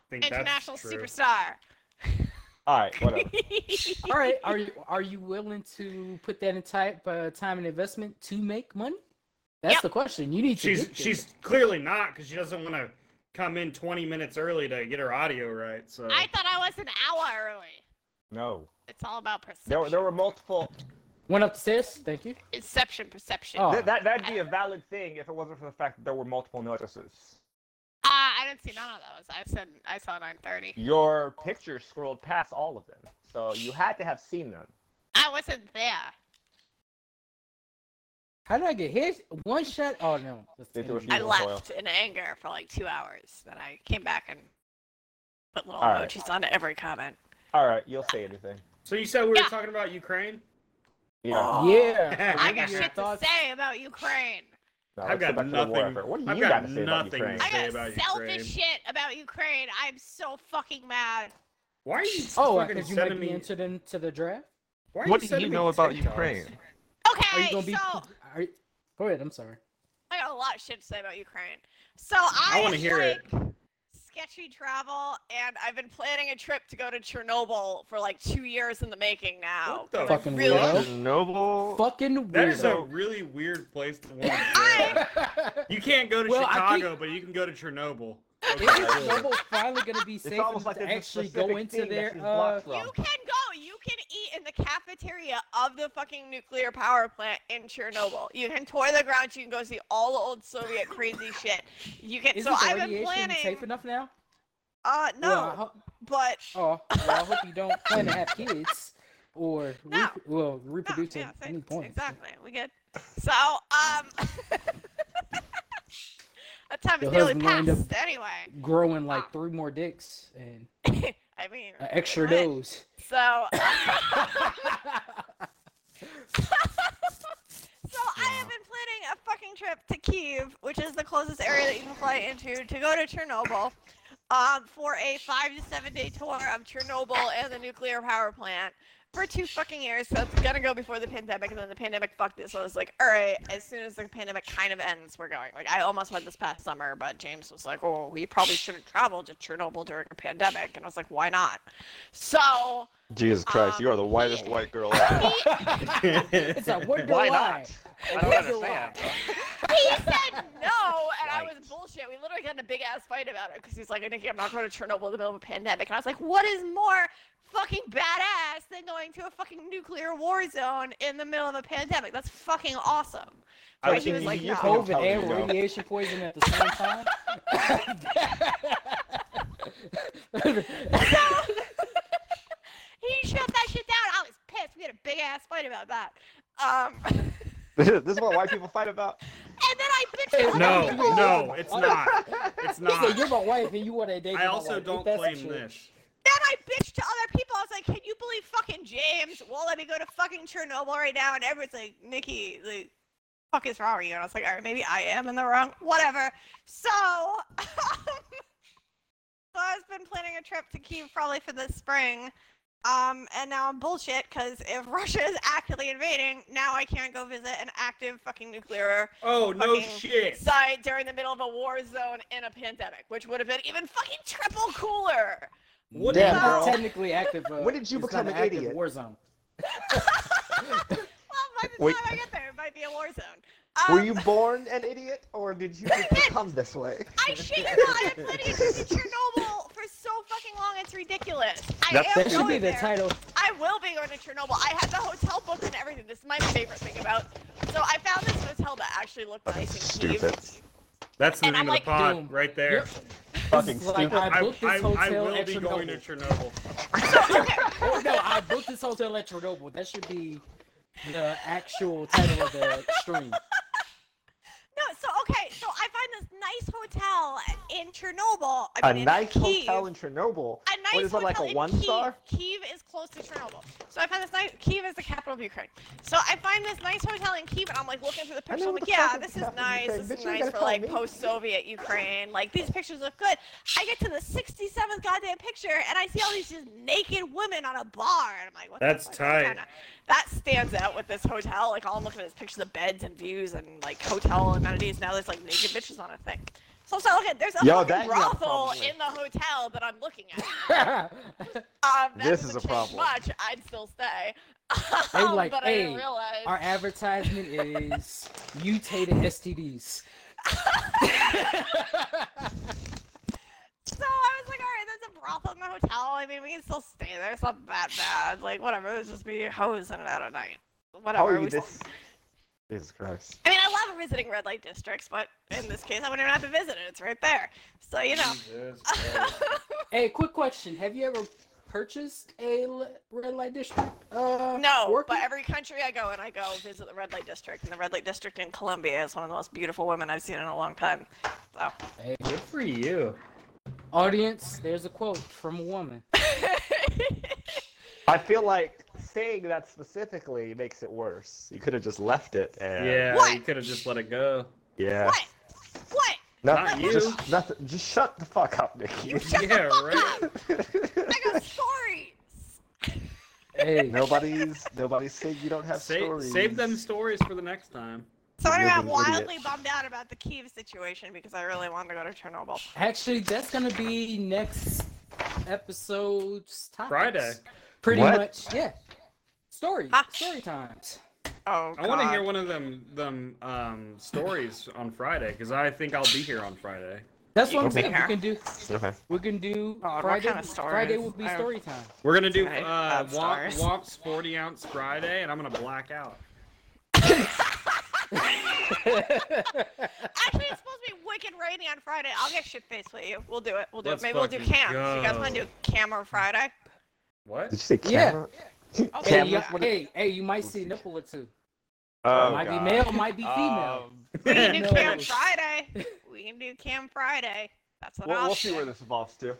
think
international
that's true.
superstar.
All right, whatever.
All right, are you are you willing to put that in type uh, time and investment to make money? That's
Yep.
the question. You need to.
She's
get there.
she's clearly not because she doesn't want to come in 20 minutes early to get her audio right. So
I thought I was an hour early.
No.
It's all about perception.
There, were- there were multiple.
went upstairs. Thank you.
Inception perception.
Oh.
Uh,
Th- that that'd be a valid thing if it wasn't for the fact that there were multiple notices.
Uh, I didn't see none of those. I said I saw 9:30.
Your picture scrolled past all of them, so you had to have seen them.
I wasn't there.
How did I get hit? One shot. Oh no. that's
They threw a
energy.
few-
I
Beautiful.
left in anger for like two hours. Then I came back and put little
All right.
emojis on every comment.
All right, you'll say anything.
So you said we were
Yeah.
talking about Ukraine?
Yeah,
Yeah.
I got
What are your
shit to say about Ukraine.
no,
I've
let's
got
go back to the war
nothing-
effort. What do you
I've
got
got
to say about
nothing.
Ukraine?
I
I
say
got
about
selfish
Ukraine.
shit about Ukraine. I'm so fucking mad.
Why are you
Oh,
fucking
because you might
sending
be
me?
entered into the draft.
why are
What do you
sending me
know about
TikToks?
Ukraine?
Are
Okay,
you gonna be?
so
Are you, go ahead. I'm sorry.
I got a lot of shit to say about Ukraine. So I,
wanna hear it.
like, Sketchy travel, and I've been planning a trip to go to Chernobyl for like two years in the making now.
What the
'cause I
fucking
really
weirdo.
Noble.
Fucking
That is a
weirdo.
really weird place to want to go.
I-
You can't go to
Well, I
Chicago,
think-
but you can go to Chernobyl.
Is
Okay, cool.
Chernobyl finally gonna be safe
It's almost
enough
like
to
there's a
actually
specific
go into
thing that
their? Uh,
she's blocked from.
You can go. You can eat in the cafeteria of the fucking nuclear power plant in Chernobyl. You can tour the grounds. You can go see all the old Soviet crazy shit. You can.
is
so
the
I've been
radiation
planning.
safe enough now?
Uh, no,
Well, I ho-
but
Oh, well, I hope you don't plan to have kids or
No.
rep- well
no,
reproduce
yeah,
at
thanks,
any point.
Exactly. We good. So um, that time is
Your
nearly
husband lined
passed.
up-
Anyway,
Growing like three more dicks and
I mean,
an extra
right.
nose.
So. So I have been planning a fucking trip to Kiev, which is the closest area that you can fly into, to go to Chernobyl, um, for a five to seven day tour of Chernobyl and the nuclear power plant for two fucking years. So it's gonna go before the pandemic, and then the pandemic fucked it. So I was like, all right, as soon as the pandemic kind of ends, we're going. Like I almost went this past summer, but James was like, oh, we probably shouldn't travel to Chernobyl during a pandemic, and I was like, why not? So
Jesus Christ, you are the whitest
yeah.
white girl out.
it's like what do
Why
I?
not? I don't
What do
understand.
I?
he said no, and I
Right.
was bullshit. We literally got in a big ass fight about it because he's like, Nikki, I'm not going to Chernobyl in the middle of a pandemic. And I was like, what is more fucking badass than going to a fucking nuclear war zone in the middle of a pandemic? That's fucking awesome.
I
But
was
he was
thinking
like,
you-
no.
you're
COVID
telling
and
me no.
radiation poison at the same time.
He shut that shit down. I was pissed. We had a big ass fight about that. Um, and
this is what white people fight about.
then I bitched at other
No,
people.
no, it's not. It's
So
not.
you're my wife and you want to date
I
my
also
wife.
don't
That's
claim
true.
this.
Then I bitched to other people. I was like, "Can you believe fucking James? Won't let me go to fucking Chernobyl right now." And everyone's like, "Nikki, the fuck is wrong with you?" And I was like, "All right, maybe I am in the wrong. Whatever." So, so I've been planning a trip to Kiev probably for this spring. Um, and now I'm bullshit because if Russia is actively invading, now I can't go visit an active fucking nuclear
Oh no
Fucking
shit.
site during the middle of a war zone in a pandemic, which would have been even fucking triple cooler.
What
Yeah,
the
but
hell?
technically active. Uh,
When did you
it's
become
not
an
active
idiot?
War zone.
Well, by the
Wait.
time I get there, it might be a war zone. Um,
Were you born an idiot, or did you just become this way?
I shit you not. I've been planning to visit Chernobyl for so fucking long. It's ridiculous.
That-
I am
that
That should
going
be the
there.
title.
I will be going to Chernobyl. I had the hotel booked and everything. This is my favorite thing about. So I found this hotel that actually looked
Fucking
nice and
stupid.
Cute.
That's the
And
name
I'm
of the pod
like,
right there.
Fucking
It's like,
stupid.
I
I,
booked
I,
this
I
hotel
will
at
be
Chernobyl.
going to Chernobyl.
Oh, no, I booked this hotel at Chernobyl. That should be the actual title of the stream.
No, so okay, so I find this nice hotel in Chernobyl. I
A
mean, in
nice
Kyiv.
hotel in Chernobyl.
a nice
What is it, like
hotel
a
in
one
Kyiv.
star?
Kyiv is close to Chernobyl. So I find this nice. Kyiv is the capital of Ukraine. So I find this nice hotel in Kyiv, and I'm like looking through the pictures.
know
I'm
what
like,
the
yeah,
fuck is
this is
capital of
nice.
Ukraine.
This
Bitch,
is
you ain't
nice
gotta
for
tell
like
me.
post-Soviet Ukraine. Like these pictures look good. I get to the 67th goddamn picture, and I see all these just naked women on a bar, and I'm like, what? the
That's
fuck?
tight.
Kinda- That stands out with this hotel. Like all I'm looking at is pictures of beds and views and like hotel amenities. Now there's like naked bitches on a thing. So I'm starting to look at there's a
Yo,
fucking
that you have a problem
brothel
with.
in the hotel that I'm looking at.
Our
Um, that
This
doesn't
is a
change
problem.
Much, I'd still stay.
They
Um,
like,
but I didn't
"Hey,
realize.
advertisement is mutated STDs.
So I was like, all right, there's a brothel in the hotel. I mean, we can still stay there. It's not that bad. Like, whatever. It was just me hosing it out at night. Whatever.
How are you
we still-
this? Jesus Christ.
I mean, I love visiting red light districts, but in this case, I wouldn't even have to visit it. It's right there. So you know.
Jesus Christ.
hey, quick question: Have you ever purchased a l- red light district? Uh,
No,
working?
but every country I go in, I go visit the red light district, and the red light district in Colombia is one of the most beautiful women I've seen in a long time. So
Hey,
Good for you.
audience, there's a quote from a woman.
I feel like saying that specifically makes it worse. You could have just left it. And...
Yeah,
What?
you could have just let it go.
Yeah.
What? What?
Not you.
Just, nothing, just shut the fuck up, Nikki.
yeah, right.
I got stories.
Hey,
nobody's nobody's saying you don't have
Save,
stories.
save them stories for the next time.
So anyway,
You're
I'm
an idiot.
wildly bummed out about the Kiev situation because I really wanted to go to Chernobyl.
actually, that's gonna be next episode's topics.
Friday.
Pretty
What?
much, yeah. Story,
Ah.
story times.
Oh,
I want to
God.
hear one of them them um, stories on Friday because I think I'll be here on Friday.
That's what I'm
Okay.
saying. We can do,
Okay.
we can do
Oh, what
Friday.
kind of stories?
Friday will be
I-
story time.
We're gonna do
Okay,
uh,
that's
Womp
ours.
Womp's 40 ounce Friday, and I'm gonna black out.
Actually, it's supposed to be wicked rainy on Friday. I'll get shit faced with you. We'll do it. We'll do
Let's
it. Maybe we'll do
fucking
cams. You guys want to
go.
do camera Friday?
What?
Did you say
Yeah.
camera?
Oh,
Hey,
Cameras?
you,
yeah.
what
hey, hey, you might see a nipple or two.
Oh,
might
God.
be male, might be female.
Um,
We can do
No.
cam Friday. We can do cam Friday. That's what
we'll,
I'll
we'll see
do.
where this evolves to.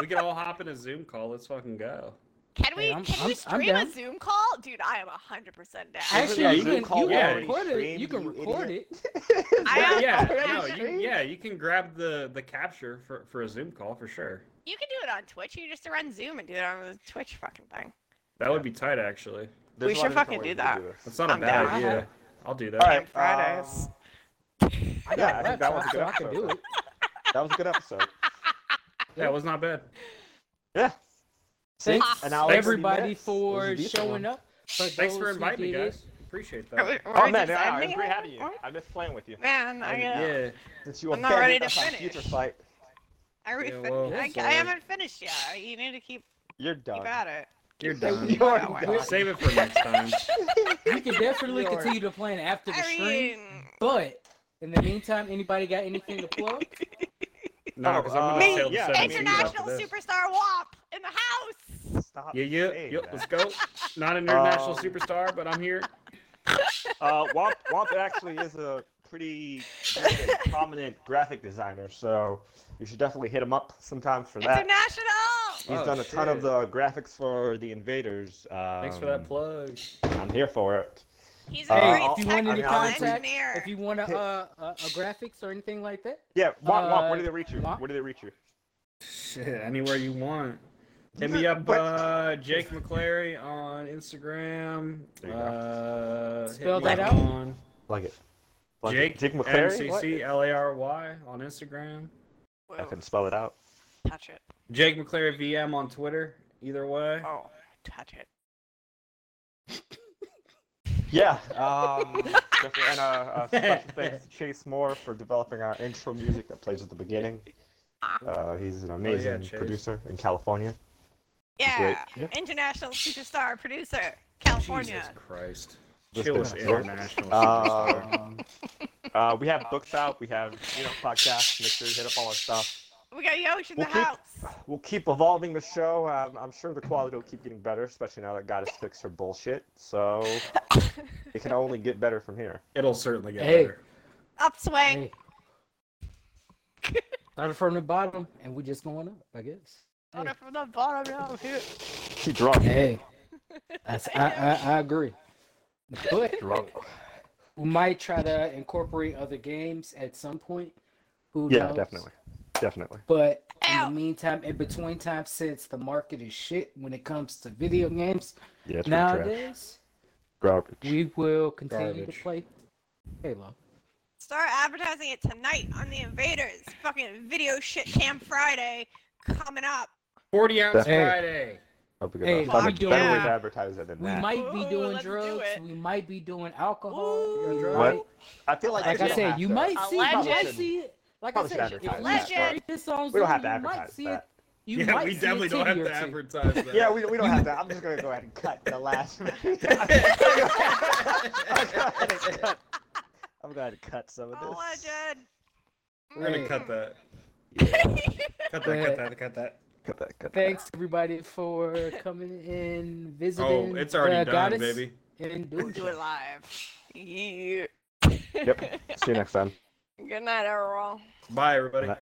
we can all hop in a Zoom call. Let's fucking go.
Can we
Hey, I'm-
can we
I'm- I'm
stream a
down.
Zoom call? Dude, I am hundred percent down.
Actually,
Yeah,
you
Zoom
can, you
call
can
already
record it.
streamed,
You can
you
record it. uh,
I am,
Yeah,
already
no, you,
streamed?
yeah, you can grab the the capture for for a Zoom call for sure.
You can do it on Twitch. You just run Zoom and do it on the Twitch fucking thing.
That would be tight, actually.
There's
We
a lot
should
of different
fucking
ways
do
we
that.
this.
That's not a
I'm
bad
down.
idea. I'll do that.
All right.
Fridays.
um,
I
yeah, I
got
think that was a
laptop,
good
so I can
episode.
do it.
That was a good episode.
Yeah, it was not bad.
Yeah.
Thanks
An
hour and
everybody
thirty minutes. It was
for
a decent
showing
one.
up.
Thanks for
those who
inviting me,
did it.
guys. Appreciate
Are we-
that.
are
Oh
we
man,
deciding
yeah, it was
here?
great having you.
What?
I miss playing with you.
Man, I, uh,
Yeah.
Since you
I'm not
abandoned
ready to
us on
finish.
Future Fight,
are we
Yeah,
fin-
well,
I,
that's
I
all right.
haven't finished yet. You need to keep
you're done.
keep at it.
You're
You
done.
are
Wow, wow,
done.
wow.
Save it for next time.
We can definitely
Lord.
continue to plan after the
I
stream,
mean,
but in the meantime, anybody got anything to plug?
No, because I'm
uh,
gonna tell
Oh, yeah,
the seven
mean, after
international superstar WAP in the house.
Stop.
Yeah, yeah,
saying
yeah.
that.
Let's go. Not an international
Um,
superstar, but I'm here.
Uh, Womp, Womp actually is a pretty good, prominent graphic designer, so you should definitely hit him up sometime for that.
International.
He's
Oh,
done a ton of
shit.
the graphics for the Invaders. Um,
Thanks for that plug.
I'm here for it.
He's
Uh,
a great
if
you
technical
want
any contact,
engineer.
If you want to, uh, uh, a graphics or anything like that.
Yeah, Womp, Womp, where
Uh,
do they reach you?
Womp?
Where do they reach you?
Shit, anywhere you want. Hit me up,
But-
uh, Jake McClary on Instagram.
There you go.
Uh, hit
Spell
me
that
up
out.
On
Plug it. Plug
Jake,
it. Jake McClary? What?
MCC L A R Y on Instagram.
Whoa,
I couldn't spell it out.
touch it.
Jake McClary VM on Twitter. Either way.
Oh, touch it.
Yeah. Um, definitely- and uh, uh, special thanks to Chase Moore for developing our intro music that plays at the beginning. Uh, he's
Oh,
an amazing
Chase.
producer in California.
Yeah.
Yeah.
International superstar producer, California.
Jesus Christ.
Just
Chillest
been-
international.
Uh,
superstar.
Um, uh, we have books out. We have you know podcasts. Make sure you hit up all our stuff.
We got Yosh in the
We'll keep-
house.
We'll keep evolving the show. Um, I'm sure the quality will keep getting better, especially now that Goddess fixed her bullshit. So it can only get better from here.
It'll certainly get
Hey.
better.
Upswing.
Hey. Started from the bottom, and we just going up, I guess.
On it from the bottom down here.
Keep drunk.
Hey, that's, I, I I agree. But
Drunk.
we might try to incorporate other games at some point. Who
Yeah,
knows?
definitely, definitely.
But in
Ow.
the meantime, in between time, since the market is shit when it comes to video games
Yeah, it's Mm-hmm. pretty trash.
nowadays,
Garbage.
we will continue
Garbage.
to play Halo.
Start advertising it tonight on the Invaders. Fucking video shit cam Friday coming up.
40 ounce
Hey.
Friday.
That'd be good.
Hey,
enough. Better-
we
better
doing-
way to
Yeah.
advertise it than
We
that.
might be
Ooh,
doing
let's do
drugs.
it.
we might be doing alcohol. we
Ooh.
might-
What? I feel like
Like
we
I
don't have
said, you
to-
might
A
see. You might
legend.
see it. Like I
Probably
said,
should
if
advertize
you
that,
stream this on
We
Zoom,
don't have to
you might
advertise
see it.
that.
You
yeah,
might
we
see a
definitely don't have
titty or
to
two.
advertise that.
Yeah, we, we don't have to. I'm just gonna go ahead and cut the last. I'm gonna go ahead and cut. I'm gonna cut some of
A
this.
legend. Mm.
We're gonna
Hey.
cut that. Cut
Yeah.
that, cut that, cut that.
Cut that.
Oh,
Cut that.
Thanks everybody for coming in, visiting.
Oh, it's already
the
done,
goddess
baby.
And
We'll
doing
do it live. Yeah.
Yep. See you next time.
Good night, everyone.
Bye, everybody.
Bye.